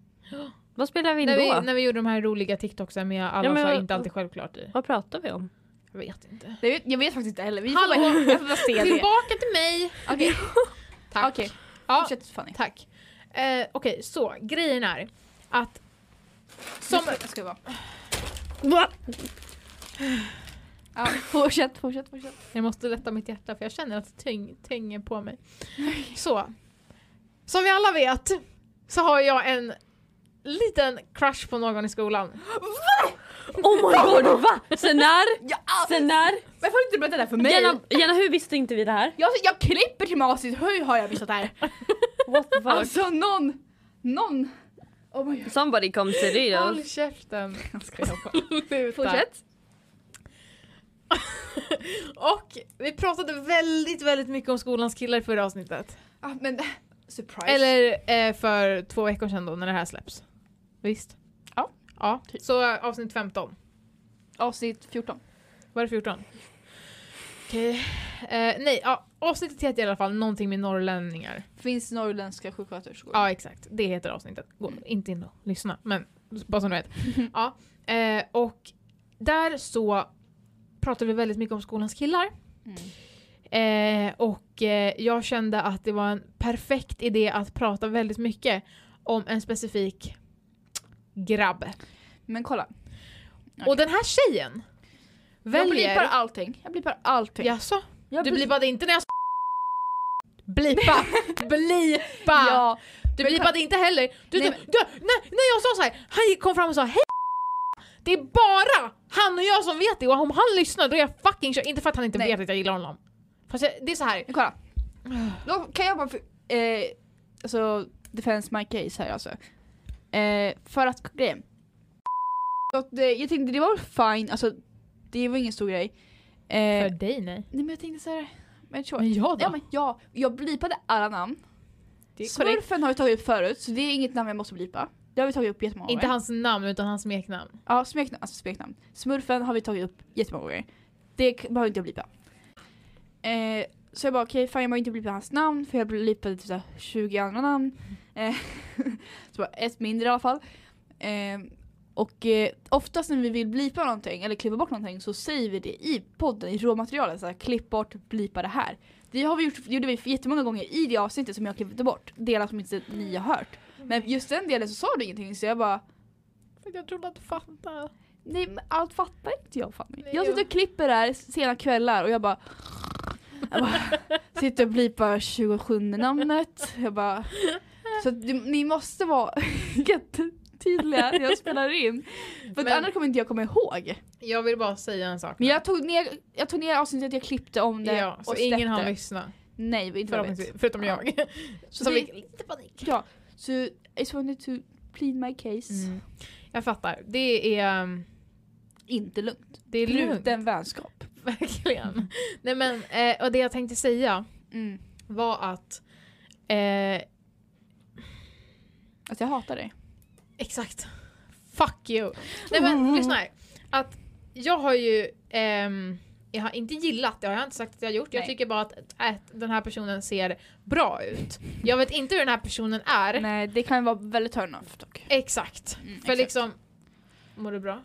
Vad spelade vi in När då? vi, när vi gjorde de här roliga TikToksen med alla Ja, men så här jag- inte alltid självklart i. Vad pratade vi om? Jag vet inte. Jag vet, jag vet faktiskt inte heller. Vi får Hallå. bara, jag får bara se det. Tillbaka till mig! Okej. Tack. Okej. Ja, Fortsätt Fanny. tack. Eh, Okej, så grejen är att som, Jag ska vara. Ja, fortsätt, fortsätt, fortsätt. Jag måste lätta mitt hjärta för jag känner att det tyng, tynger på mig. Så. Som vi alla vet så har jag en liten crush på någon i skolan. Oh my god, va? Sen när? ah, Sen när? Varför har du inte berättat det här för mig? Jenna, Jenna, hur visste inte vi det här? Jag, jag klipper till Masit, hur har jag missat det här? What the fuck? Alltså någon, någon. Oh my god. Somebody come to Håll Ridos. käften! Jag skojar bara. Sluta. Fortsätt. Och vi pratade väldigt, väldigt mycket om skolans killar i förra avsnittet. Ah, men surprise. Eller eh, för två veckor sedan då när det här släpps. Visst? Ja. Ja, så eh, avsnitt 15. Avsnitt 14. Var det 14? Okej. Eh, nej, ja, avsnittet heter i alla fall någonting med norrlänningar. Finns norrländska sjuksköterskor? Ja exakt, det heter avsnittet. Gå Mm. inte in och lyssna, men bara som du vet. Ja, eh, och där så pratade vi väldigt mycket om skolans killar. Mm. Eh, och eh, jag kände att det var en perfekt idé att prata väldigt mycket om en specifik grabb. Men kolla. Och den här tjejen Jag väljer... blipar allting. Jag blipar allting. Jaså? Jag Du bli- blipade inte när jag s- Blipa! Blipa! Ja. Du Men blipade inte heller. Du, Nej, du, du, när, när jag sa så här, han gick- kom fram och sa hej Det är bara han och jag som vet det och om han lyssnar då är jag fucking kör. Inte för att han inte Nej. vet att jag gillar honom. Fast jag, det är så här. Men kolla. Då kan jag bara... för- Eh, alltså, defense my case här alltså. Eh, för att grejen. Så Att, eh, jag tänkte det var väl fine, alltså det var ingen stor grej. Eh, nej dig nej. men jag tänkte såhär, men sure. Men jag då? Ja, men ja, jag blipade alla namn. det är korrekt. Smurfen har vi tagit upp förut så det är inget namn jag måste blipa. Det har vi tagit upp jättemånga Inte gånger. hans namn utan hans smeknamn. Ja, smeknamn, alltså smeknamn. Smurfen har vi tagit upp jättemånga gånger. Det k- behöver inte jag blipa. Eh, så jag bara okej, fan jag behöver inte blipa hans namn för jag blipade typ såhär 20 andra namn. Eh, så bara ett mindre i alla fall. Eh, och eh, oftast när vi vill blipa någonting eller klippa bort någonting så säger vi det i podden, i råmaterialet. Såhär, klipp bort, blipa det här. Det har vi gjort, det gjorde vi jättemånga gånger i det avsnittet som jag klippte bort. Delar som inte ni har hört. Men just den delen så sa du ingenting så jag bara Jag trodde att du fattade. Nej men allt fattar inte jag Fanny. Nej, jag jag- sitter och klipper här sena kvällar och jag bara, jag bara sitter och blipar 27 namnet. Jag bara, så att du, ni måste vara jättetydliga när jag spelar in. För att Men- annars kommer inte jag komma ihåg. Jag vill bara säga en sak. Men jag tog ner, jag tog ner avsnittet jag klippte om det ja, så och ingen släppte. har lyssnat. Nej, inte vad jag vet. Förhoppningsvis. Förutom Ja. jag. Så Som det- fick lite panik. Ja, så I just wanted to plead my case. Mm. Jag fattar. Det är, um, Inte lugnt. det är lugnt. Bruten vänskap. Verkligen. Nej men, eh, och det jag tänkte säga Mm. var att eh, Alltså jag hatar dig. Exakt. Fuck you. Nej Mm. men lyssna här. Att jag har ju, ehm, jag har inte gillat det, har jag inte sagt att jag har gjort. Jag Nej. tycker bara att, att den här personen ser bra ut. Jag vet inte hur den här personen är. Nej det kan vara väldigt turn off dock. Exakt. Mm, För exakt. liksom, mår du bra?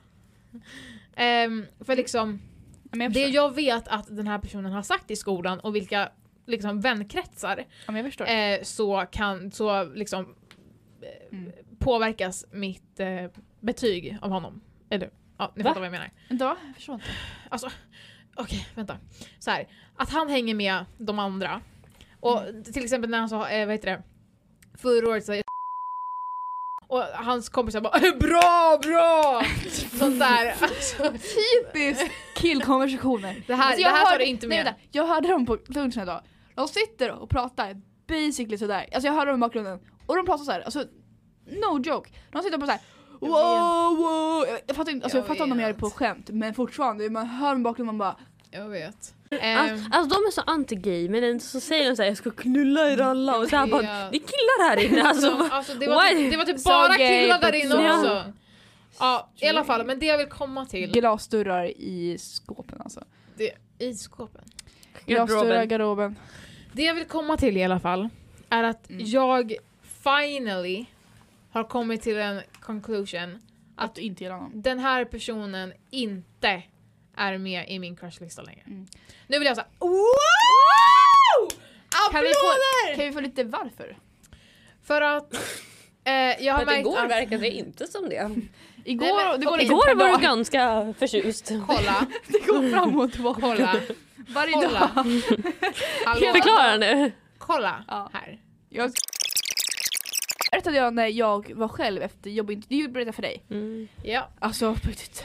Ehm, för liksom, Ja, men jag det förstår. jag vet att den här personen har sagt i skolan och vilka liksom vänkretsar ja, men jag förstår. eh, så kan, så liksom eh, Mm. påverkas mitt eh, betyg av honom. Eller ja, ni Va? fattar vad jag menar. Vänta, jag förstår inte. Okej, vänta. Så här, att han hänger med de andra. Och Mm. till exempel när han sa, eh, vad heter det, förra året så och hans kompisar bara "Eh, “bra, bra!” Sånt där. Alltså, Typiskt killkonversationer. det här, Alltså, det jag här tar hörde- du inte Nej, med. vänta, jag hörde dem på lunchen idag. De sitter och pratar basically sådär. Alltså jag hörde dem i bakgrunden. Och de pratar såhär, alltså no joke. De sitter på såhär Jag wow wow. Jag- Jag fattar, inte, alltså, jag Jag fattar om de gör det vet. på skämt men fortfarande, man hör dem i bakgrunden man bara jag vet. Ah, Alltså, Ehm, alltså de är så anti-gay men ändå så säger de såhär jag ska knulla er alla och såhär bara Ja. det är killar här inne alltså. Så, va? alltså, det, var typ, why? det var typ So bara gay, killar där but inne so- också. Ja, i alla fall. Men det jag vill komma till, glasdörrar i skåpen alltså. i skåpen. Glasdörrar i garderoben. Det jag vill komma till i alla fall är att Mm. jag finally har kommit till en conclusion. Att du inte gillar honom. Den här personen inte är med i min crushlista längre. Mm. Nu vill jag säga wow! Kan vi, Applåder! få, kan vi få lite varför? För att eh, jag har För att märkt igår att... verkade det inte som det. Igår, Nej, men- det går okej. lite Igår per var dag. du ganska förtjust. Kolla, Det går fram och tillbaka. kolla, Varje kolla. dag. Hallå. Förklara nu. Kolla Ja. här. Jag berättade jag när jag var själv efter jobbintervju, berättade jag för dig. Mm. Ja. Alltså på riktigt.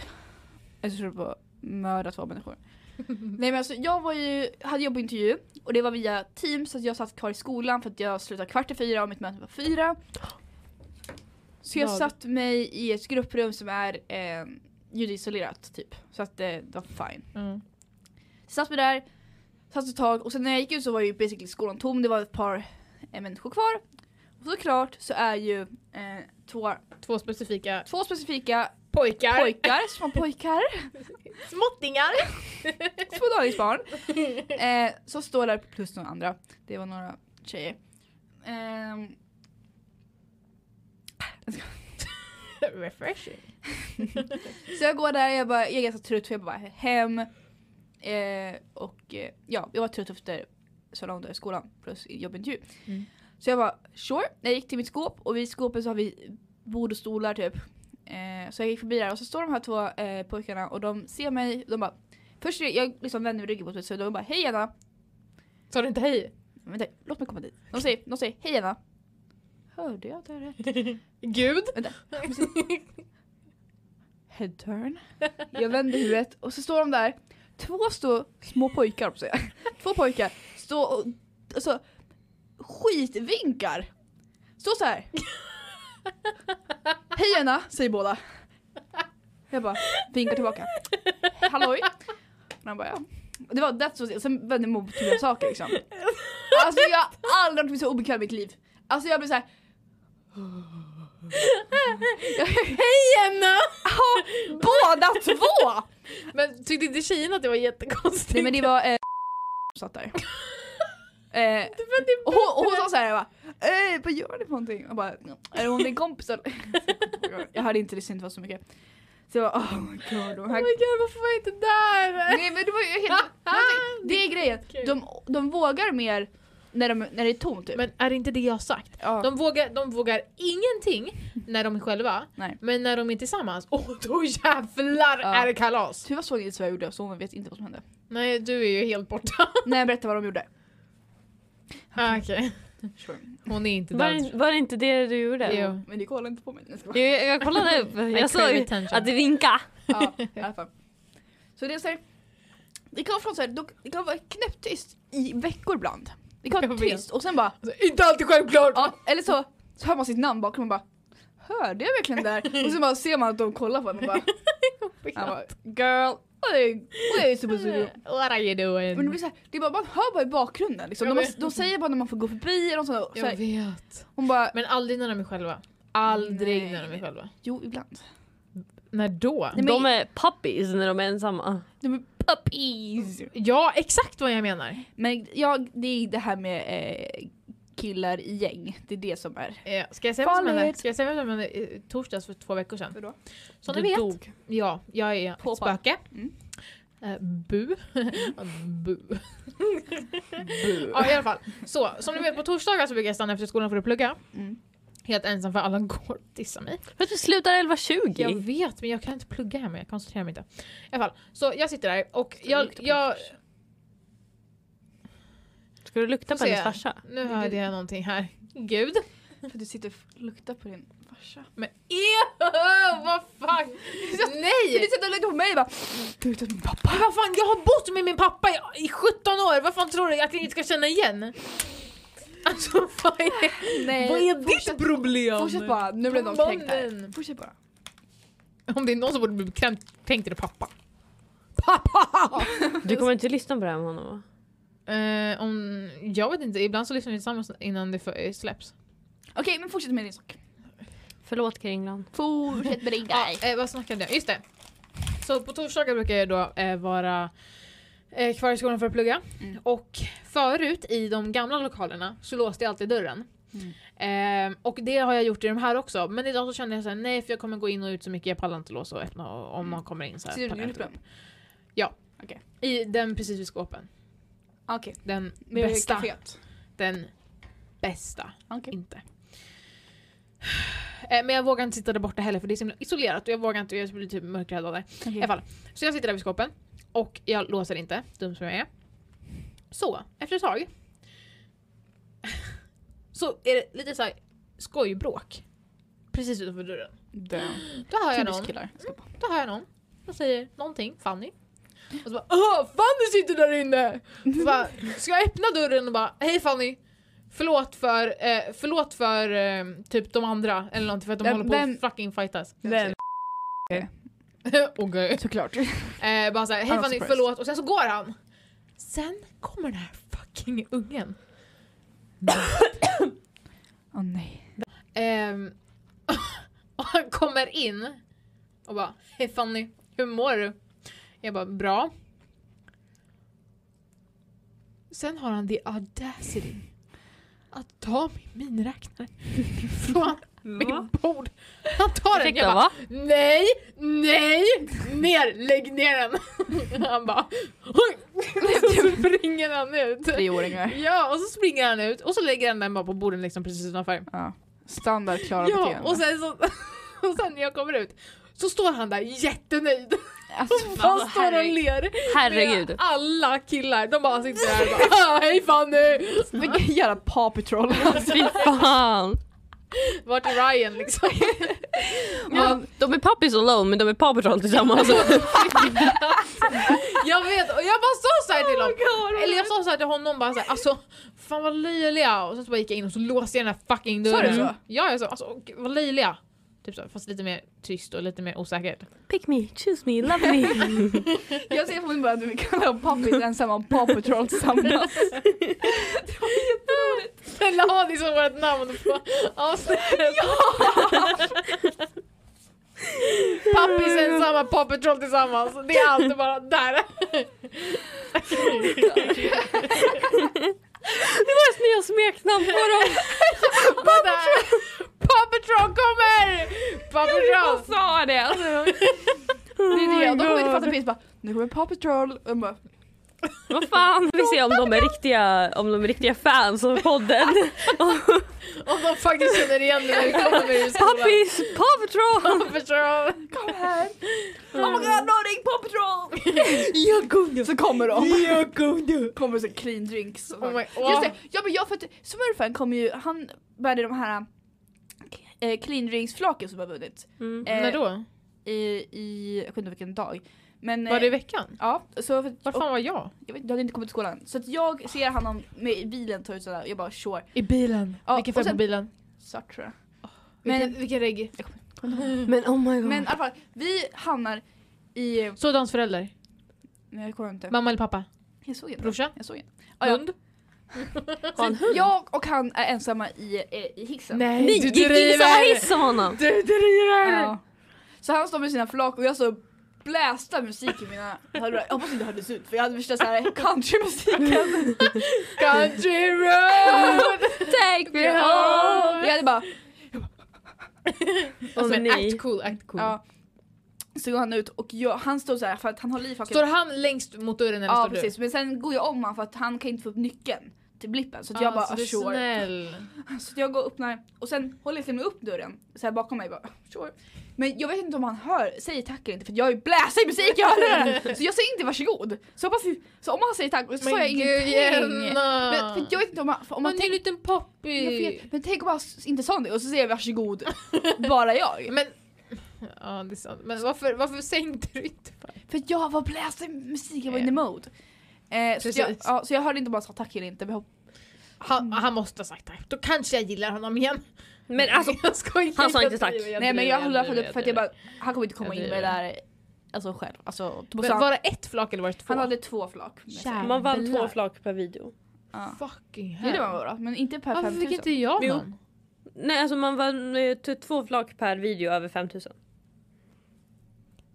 Jag tror det var mörda två människor. Nej men alltså jag var ju, hade jobbintervju och det var via Teams så att jag satt kvar i skolan för att jag slutade kvart i fyra och mitt möte var fyra. Så jag Vad? satt mig i ett grupprum som är eh, ljudisolerat typ. Så att eh, det var fine. Mm. Satt vi där, satt ett tag och sen när jag gick ut så var ju basically skolan tom, det var ett par eh, människor kvar. Och såklart så är ju eh, två, Två specifika två specifika pojkar. pojkar, små pojkar, Småttingar! små dagisbarn eh, som står där plus några andra. Det var några tjejer. Ehm, Refreshing. Så jag går där, jag, bara, jag är ganska trött för jag bara hem. Eh, och eh, ja, jag var trött efter så lång dag i skolan plus jobbintervju. Mm. Så jag var sure, jag gick till mitt skåp och vid skåpet så har vi bord och stolar typ. Eh, så jag gick förbi där och så står de här två eh, pojkarna och de ser mig, de bara Först jag liksom vänder mig ryggen mot mig så de bara hej Anna, Sa du inte hej? Vänta, låt mig komma dit. De säger, de säger hej Anna. Hörde jag det här rätt? Gud? headturn. Jag vänder huvudet och så står de där, två stå, små pojkar på jag. Två pojkar står och alltså, skitvinkar. Står så här. Hej Anna, säger båda. Jag bara vinkar tillbaka. Halloj. Och han bara ja. Och Det var that's what, sen vände jag mig om till andra saker liksom. Alltså jag har aldrig varit så obekväm i mitt liv. Alltså jag blir så här. Hej Anna! Båda två! Men tyckte inte tjejerna att det var jättekonstigt? Nej men det var eh, satt där. Eh, och hon, och hon sa såhär jag bara "Eh, vad gör ni för någonting? Jag bara är det hon din kompis eller? jag hade inte lyssnat på så mycket. Så jag bara oh my god. De Oh my här... god varför var jag inte där? Nej men det var ju helt, det är grejen. De, de vågar mer när, de, när det är tomt typ. Men är det inte det jag har sagt? ja. De vågar, de vågar ingenting när de är själva, Nej. men när de är tillsammans, åh då jävlar Ja. är det kalas! Tuva såg inte vad jag gjorde så hon vet inte vad som hände. Nej du är ju helt borta. Nej berätta vad de gjorde. Ah, Okej, Sure. hon är inte dans. Var, var det inte det du gjorde? Jo. Men du kollar inte på mig. Nej, jag skojar. Jo, Jag, jag kollade upp, I jag såg crave ju attention. att det vinkade. Ja, i alla fall. Så det är så här, det kan vara från så här, dock- det kan vara knäpptyst i veckor ibland. Det kan vara Jag vet. tyst och sen bara, Alltså, inte alltid självklart! ja, eller så, så hör man sitt namn bakom och bara Hörde jag verkligen det där? Och sen bara ser man att de kollar på en och bara, han bara girl, what are Mm. you, what are you supposed to do? What are you Men det blir doing? så här, det är bara, man hör bara i bakgrunden liksom. Jag de, vet. de säger bara när man får gå förbi eller något sånt. där. Så Jag här, vet. hon bara, Men aldrig när de är själva. Aldrig Nej. när de är själva. jo ibland. När då? Nej, men- De är puppies när de är ensamma. De är puppies! Ja, exakt vad jag menar. Men jag, det är det här med eh, killar i gäng, det är det som är Eh, Ska jag säga vad som Farligt. hände? Ska jag säga vad som hände i torsdags för två veckor sedan? Vadå? Som Du ni vet. dog. Ja, jag är ett Påfall. spöke. Mm. Eh, bu. bu. ja i alla fall. Så, som ni vet på torsdagar så brukar jag stanna efter skolan för att plugga. Mm. Helt ensam för alla går och dissar mig. För att du slutar Jag 11.20. vet men jag kan inte plugga hemma, jag koncentrerar mig inte. I alla fall, så jag sitter där och jag... jag Ska du lukta på Får se. hennes farsa? nu hörde jag någonting här. Gud. För du sitter och luktar på din farsa. Men ew, vad fan! Du Nej! sitter och luktar på mig och bara Du luktar på min pappa. Men Vad fan, jag har bott med min pappa i- i 17 år, vad fan tror du att jag inte ska känna igen? Alltså vad är, Nej. vad är fortsätt- ditt problem? Fortsätt bara, nu blev någon kränkt här. Mannen. Fortsätt bara. Om det är någon som borde bli kränkt, tänk dig pappa. Du kommer inte lyssna på det här med honom va? Eh, om, jag vet inte, ibland så lyssnar vi tillsammans innan det för, släpps. Okej men fortsätt med din sak. Förlåt Kringland. Fortsätt med din Ja, eh, vad snackade jag om? Just det. Så på torsdagar brukar jag då eh, vara eh, kvar i skolan för att plugga. Mm. Och förut i de gamla lokalerna så låste jag alltid dörren. Mm. Eh, och det har jag gjort i de här också. Men idag så kände jag såhär, nej för jag kommer gå in och ut så mycket, jag pallar inte låsa och öppna och, om Mm. någon kommer in så här. Sitter du pallar i jag inte. julklappen? I den precis vid skåpen. Okej. Den Med bästa. kaféet. Den bästa. Okej. Inte. Eh, Men jag vågar inte sitta där borta heller för det är så himla isolerat och jag vågar inte, jag blir typ mörkrädd av det. I alla fall. Så jag sitter där vid skåpen och jag låser inte, dum som jag är. Så, efter ett tag så är det lite så här skojbråk precis utanför dörren. Då hör jag någon, Typiskt killar. Jag ska bara- då hör jag någon som säger någonting, Fanny. Och så bara “Åh, Fanny sitter där inne!” så bara, Ska jag öppna dörren och bara “Hej Fanny!” Förlåt för, eh, förlåt för eh, typ de andra eller någonting för att de Vem- håller på vem- och fucking fightas. Vem? Okej. Såklart. Eh, bara såhär, hej I'm Fanny, surprised. förlåt. Och sen så går han. Sen kommer den här fucking ungen. Åh nej. Ehm, och han kommer in och bara Hej Fanny, hur mår du? Jag bara bra. Sen har han the audacity att ta min miniräknare från Va? mitt bord. Han tar den, jag Ursäkta, bara va? Nej, nej, ner, lägg ner den. Han bara "Oj." Så springer han ut. Treåringar. Ja, och så springer han ut och så lägger han den bara på borden liksom precis utanför. Ja. Standard Klara Ja, beteende. och sen, så, och sen när jag kommer ut så står han där jättenöjd. Alltså, Han står Alltså, och herregud. ler. Herregud. Medan Alla killar, de bara sitter där och bara "Ah, hej Fanny! vilken jävla Paw Patrol. Fy fan. Vart är Ryan liksom? Ja, de är puppies alone men de är Paw Patrol tillsammans. Jag vet, och jag bara sa såhär till honom. Eller jag sa såhär till honom bara såhär alltså fan vad löjliga. Och sen så bara gick jag in och så låste jag den här fucking Sa du dörren. så? Ja jag sa alltså åh, gud, vad löjliga. Typ så, fast lite mer tyst och lite mer osäkert. Pick me, choose me, love me. Jag ser på min bara att vi kan vara puppies ensamma och Paw Patrol tillsammans. Eller ha det som vårt namn på avsnittet. Pappis ensamma, Paw Patrol tillsammans. Det är alltid bara där. Det var deras nya smeknamn på dem. Paw Patrol, Paw Patrol kommer! Paw Jag Patrol! sa det. Alltså. Det är det, de kommer inte fatta piss bara nu kommer Paw Patrol. Och de bara, Vad fan. Vi ser om de är riktiga, om de är riktiga fans av podden. Om de faktiskt känner igen mig när vi kommer i skolan. Puppies, Paw Patrol. Paw Patrol! kom här! Oh my god, någonting Paw Patrol! Så kommer de. Kommer så clean drinks. Och Oh my, Just det, ja men jag för att smurfen kommer ju, han bärde de här eh, clean drinks flaken som har vunnit. Mm. Eh, När då? I, i, jag vet inte vilken dag. Men, Var det i eh, veckan? Ja, så för, Var och, fan var jag? jag, vet, jag hade inte kommit till skolan. Så att jag ser honom med i bilen ta ut sådär, jag bara sure. I bilen. Ja, Vilken och färg på sen- bilen? Svart tror jag. vilken, vilken regg? Men oh my god. Men i alla fall, vi hamnar i, Så dans förälder? nej jag kommer inte. Mamma eller pappa? Jag såg inte. Brorsa? Jag såg inte. Ah, ja. Hund? Har en hund? Jag och han är ensamma i, eh, i hissen. Nej, Ni gick in i samma hiss som honom. Du driver! Ja. Så han står med sina flak och jag så blästar musik i mina hörlurar. Jag hoppas inte det hördes ut för jag hade värsta såhär countrymusiken. Country road! Take me home. jag hade bara, Åh, Alltså, nej. act cool, act cool. ja. Så går han ut och jag, han står såhär för att han håller i flaket. Står han längst mot dörren eller ja står precis men sen går jag om honom för att han kan inte få upp nyckeln till blippen. Så du? att jag bara Alltså, du är ah, sure. snäll. Så jag går och öppnar och sen håller jag till och med upp dörren så här bakom mig bara sure. Men jag vet inte om han hör, säger tack eller inte för jag har ju bläst i musik i hörlurarna. Så jag säger inte varsågod. Så, jag hoppas, så om han säger tack så sa jag ingenting. Jenna! Men, för jag vet inte om han, för om Hon han är en tänk, liten poppy. jag vet, men tänk om han s- inte sa det och så säger jag varsågod bara jag. Men, ja, det är sant. Men varför, varför sänkte du inte? För att jag var bläst i musik, jag var in the Ja. mode. Eh, så, att jag, Precis. ja, så jag hörde inte om han sa tack eller inte. Men jag, hopp- Han, han måste ha sagt tack. Då kanske jag gillar honom igen. Men alltså jag skojar. han sa jag inte tack. driver, nej men jag driver, höll i alla fall driver, upp för att jag driver. bara, han kommer inte komma Jag in med driver. det där alltså, själv. Alltså, då måste Men han- var det ett flak eller var det två? Han hade två flak. med sig. Kär. man vann Jävlar. två flak per video. Ja. Ah, Fucking Det är det man hell. var bra, men inte per Varför fick 5000. inte jag Jo. någon? Nej alltså man vann eh, t- två flak per video över 5000.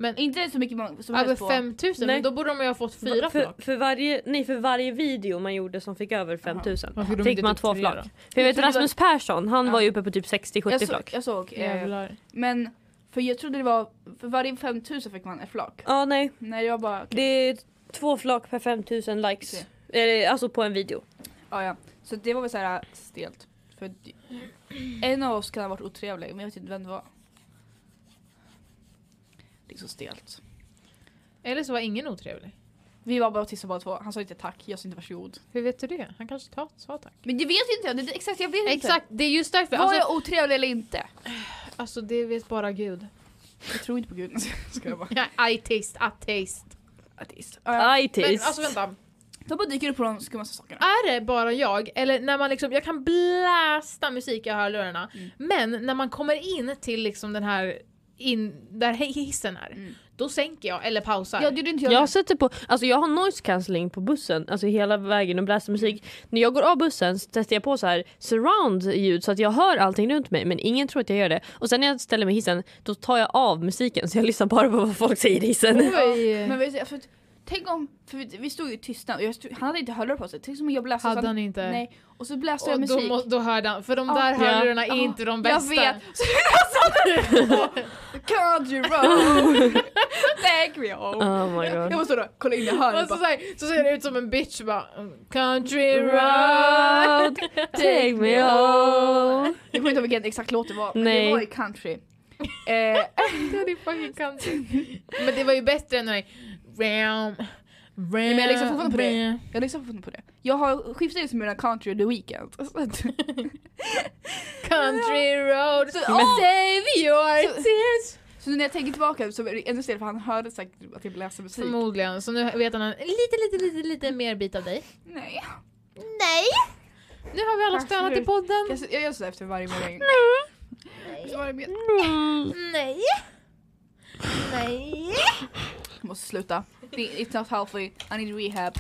Men Inte så mycket man, som över helst på. 5000, Nej. men då borde de ju ha fått fyra för, flak. för, varje, nej, för varje video man gjorde som fick över 5000 Varför gjorde de fick inte man typ två tre flak. då? För jag vet trodde Rasmus Persson han Ja. var ju uppe på typ 60-70 Jag, så, flak. jag såg. Eh, Jävlar. men för jag trodde det var, för varje 5000 fick man ett flak. Ja nej Nej jag bara, det är två flak per 5000 likes. Eh, alltså på en video. ja ja. Så det var väl såhär stelt. För d- en av oss kan ha varit otrevlig men jag vet inte vem det var. Det är så stelt. Eller så var ingen otrevlig. Vi var bara och tissade bara två, han sa inte tack, jag sa inte varsågod. Hur vet du det? Han kanske ta, sa tack. Men det vet inte jag, det, det- exakt jag vet inte. Exakt, det är just därför. Var Alltså, jag otrevlig eller inte? alltså det vet bara gud. Jag tror inte på gud. Ska jag bara. I taste, I taste. Ateist. Ja, ja. Aj Men tis. alltså vänta. De bara dyker upp på de skummaste sakerna. Är det bara jag, eller när man liksom, jag kan blästa musik i hörlurarna, Mm. men när man kommer in till liksom den här in där he- hissen är, Mm. då sänker jag eller pausar. Ja, det gjorde inte jag. Jag sätter på, alltså jag har noise cancelling på bussen, alltså hela vägen och bläser musik. När jag går av bussen så testar jag på så här surround ljud så att jag hör allting runt mig men ingen tror att jag gör det. Och sen när jag ställer mig i hissen då tar jag av musiken så jag lyssnar bara på vad folk säger i hissen. Oj. Men vi, för, att- tänk om, för vi, vi stod ju tysta och jag stod, han hade inte hörlurar på sig. Tänk om jag bläste hade så- han inte. alltså, Nej, och så bläste jag och då, musik. må, då hörde han, för de Ja. där Ja. hörlurarna är Ja. inte de jag bästa. vet! Så jag Country road! Thank me oh. Oh my Jag god. måste då kolla in i hörnet Och så, bara, så, här, så ser det ut som en bitch bara mm, Country road Road, take me home. Jag kommer inte ihåg vilken exakt låt det var, men Nej. det var ju country. Eh, Ja, det är fucking country. Men det var ju bättre än den där Ram, ram, men jag lyssnar fortfarande på det. ram. jag har liksom funderat på det. Jag har skiftat just mellan country och the weekend. Så att- Country road Så- Save your tears Så nu när jag tänker tillbaka så är det ännu större för han hörde säkert att jag läste musik. Förmodligen, så nu vet han en lite, lite, lite, lite mer bit av dig. Nej. Nu har vi alla stönat i podden. Jag, jag gör sådär efter varje mening. Efter varje mening. Nej. Nej. Jag måste sluta. Det- It's not healthy. I need rehab.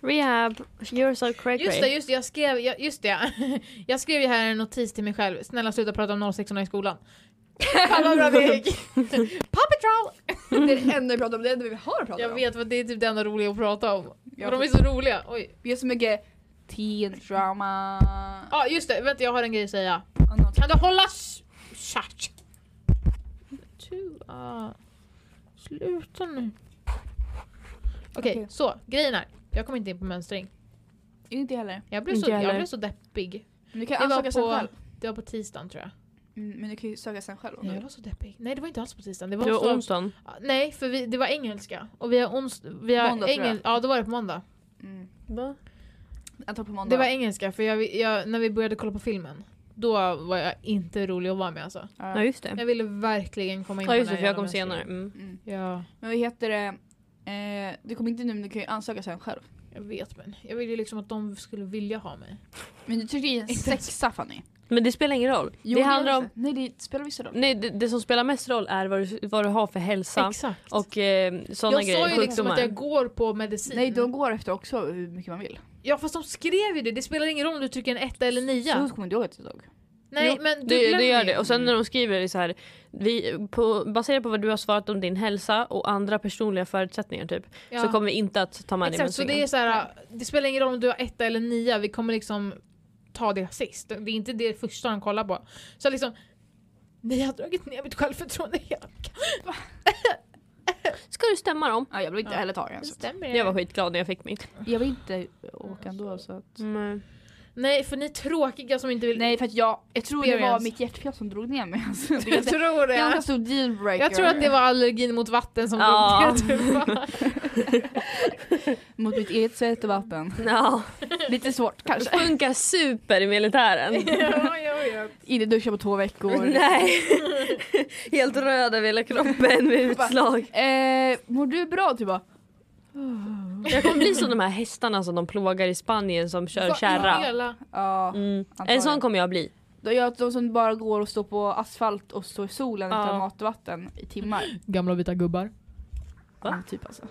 Rehab, you're so cray Just det, cray. just det, jag skrev, jag, just det. jag skrev ju här en notis till mig själv. Snälla sluta prata om 06 i skolan. Fan vad bra det gick. Puppy troll! Det är det enda vi pratar om, det enda vi har pratat Jag om. vet vad det är typ det enda roliga att prata om. Jag För de är så roliga. Oj. Vi har så mycket teen drama. Ja ah, just det, vänta jag har en grej att säga. och något. Kan du hålla s- kärt? Tua. Sluta nu. Okej, Okej. så grejen är. Jag kom inte in på mönstring. Inte jag heller. Jag blev, Inte så, jag heller. blev så deppig. Men du kan Det var ansöka sen på- själv. Det var på tisdagen tror jag. Mm, men du kan ju söka sen själv om Nej, du jag var så deppig. Nej det var inte alls på tisdagen. Det var, Det var så- onsdagen. Ja, Nej för vi, det var engelska. Och vi har ons... Vi har Måndag, tror jag. engel... Ja då var det på måndag. mm. Va? Jag tar på måndag. Det var engelska för jag, jag, när vi började kolla på filmen. Då var jag inte rolig att vara med alltså. Ja just Jag det. ville verkligen komma in Ja på just den det här för jag kom jävla senare. mönstringen. Mm. Mm. Ja. Men vad heter det? Eh, du kommer inte nu men du kan ju ansöka sen själv. Jag vet men jag ville ju liksom att de skulle vilja ha mig. Men du tryckte i en Inte ens- sexa Fanny. Men det spelar ingen roll. Jo, det gör handlar om det. Nej det spelar visst roll. Nej, det, det som spelar mest roll är vad du, vad du har för hälsa Exakt. och eh, sådana jag grejer. sa ju liksom sjukdomar. att jag går på medicin. Nej de går efter också hur mycket man vill. Ja fast de skrev ju det, det spelar ingen roll om du trycker en etta eller nia. Så kommer du ihåg att jag dog. Nej Jo, men du det, glömmer det gör ju. det. Och sen när de skriver det så här, vi, på, baserat på vad du har svarat om din hälsa och andra personliga förutsättningar typ, Ja. så kommer vi inte att ta med Exakt, så dig det är så här, det spelar ingen roll om du har etta eller nia, vi kommer liksom ta det sist. Det är inte det första de kollar på. Så liksom, ni har dragit ner mitt självförtroende helt. Ska du stämma dem? Ja, jag blev inte Ja. heller tagen. Så. Stämmer det? Jag var skitglad när jag fick mitt. Jag vill inte åka ändå så att... Nej för ni är tråkiga som inte vill... Mm. Nej för att jag, jag tror det var Experience. mitt hjärtfjäll som drog ner mig. Alltså, det är jag ganska- tror ganska det. stor dealbreaker. Jag tror att det var allergin mot vatten som Ja. drog ner typ. Mot mitt eget svett och vatten. Ja, Lite svårt det kanske. funkar super i militären. ja, jag vet. Inte duscha på två veckor. Nej. Helt röd över hela kroppen med utslag. Eh, mår du bra? Du bara, Jag kommer bli som de här hästarna som de plågar i Spanien som kör Vad i kärra. hela- ja. Mm. En Antagligen. sån kommer jag bli. Då gör att de som bara går och står på asfalt och står i solen Ja. utan mat och vatten i timmar. Gamla vita gubbar. Va? Mm, Typ alltså.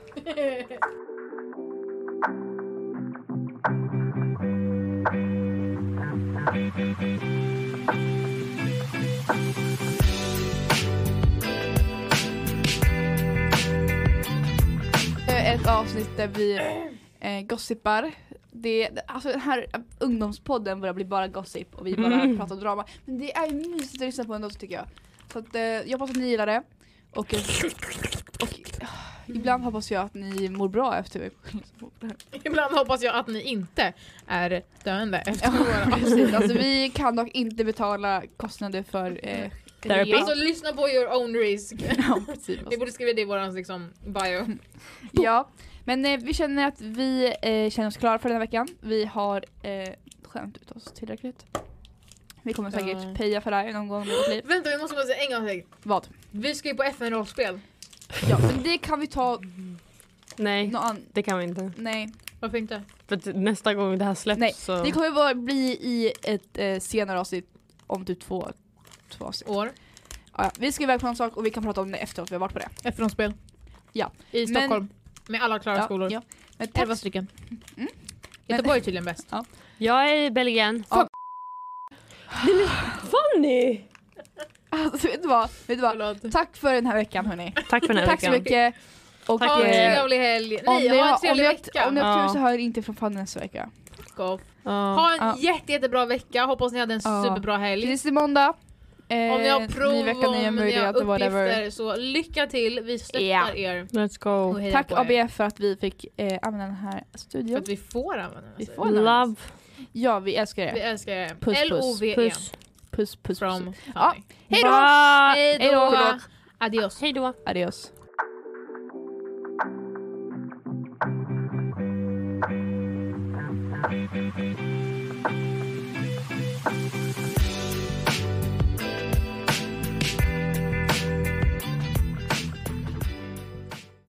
Ett avsnitt där vi eh, gossipar. Det, alltså den här ungdomspodden börjar bli bara gossip och vi bara Mm. pratar drama. Men det är mysigt att lyssna på ändå tycker jag. Så att, eh, jag hoppas att ni gillar det. Och, eh, och ah, ibland hoppas jag att ni mår bra efter vi Ibland hoppas jag att ni inte är döende efter Ja, våra Precis, alltså vi kan dock inte betala kostnader för eh, Therapy. rea. Alltså lyssna på your own risk. ja, precis. Vi borde skriva det i våran liksom, bio. ja, men eh, vi känner att vi eh, känner oss klara för den här veckan. Vi har eh, skämt ut oss tillräckligt. Vi kommer säkert Ja. peja för det här någon gång i vårt liv. Vänta vi måste bara säga en gång till. Vad? Vi ska ju på FN-rollspel. Ja, men det kan vi ta Nej, någon annan... det kan vi inte. Nej. Varför inte? För att nästa gång det här släpps Nej, så... Det kommer bara bli i ett eh, senare avsnitt om typ två, två avsnitt. År? Ja, ja. Vi ska iväg på någon sak och vi kan prata om det efteråt vi har varit på det. Efterhandsspel. Ja. I Men- Stockholm. Med alla klara Ja, skolor. ja. Men tack, Elva stycken. Mm. Göteborg är tydligen bäst. Jag är i Belgien. Ja. Fuck. Nej, men Fanny! alltså, vet du vad? Vet du vad? Förlåt. Tack för den här veckan hörni. Tack för den här Tack så veckan. mycket. Och, Tack, Ha en eh, trevlig helg. om Nej, ni ha har- en trevlig om ni har- vecka. Om ni har Ja. tur så hör ni inte från Fanny nästa vecka. Go. Ja. Ha en Ja. jätte, jättebra vecka. Hoppas ni hade en Ja. superbra helg. Tills till måndag. eh, Om ni har prov, ny vecka, nya om ni har möjligheter, uppgifter, whatever. så lycka till. Vi stöttar Ja. er. Let's Och go. hejar Tack på er. ABF för att vi fick eh, använda den här För studion. att vi får använda den. Vi här får sidan. Love, Ja, vi älskar Vi er. älskar er. puss. L-O-V-E. puss. Puss, puss, puss. E. From Ja. Fanny. Hej då! Bye. Hej då! Hej Adios. Hej då. Adios.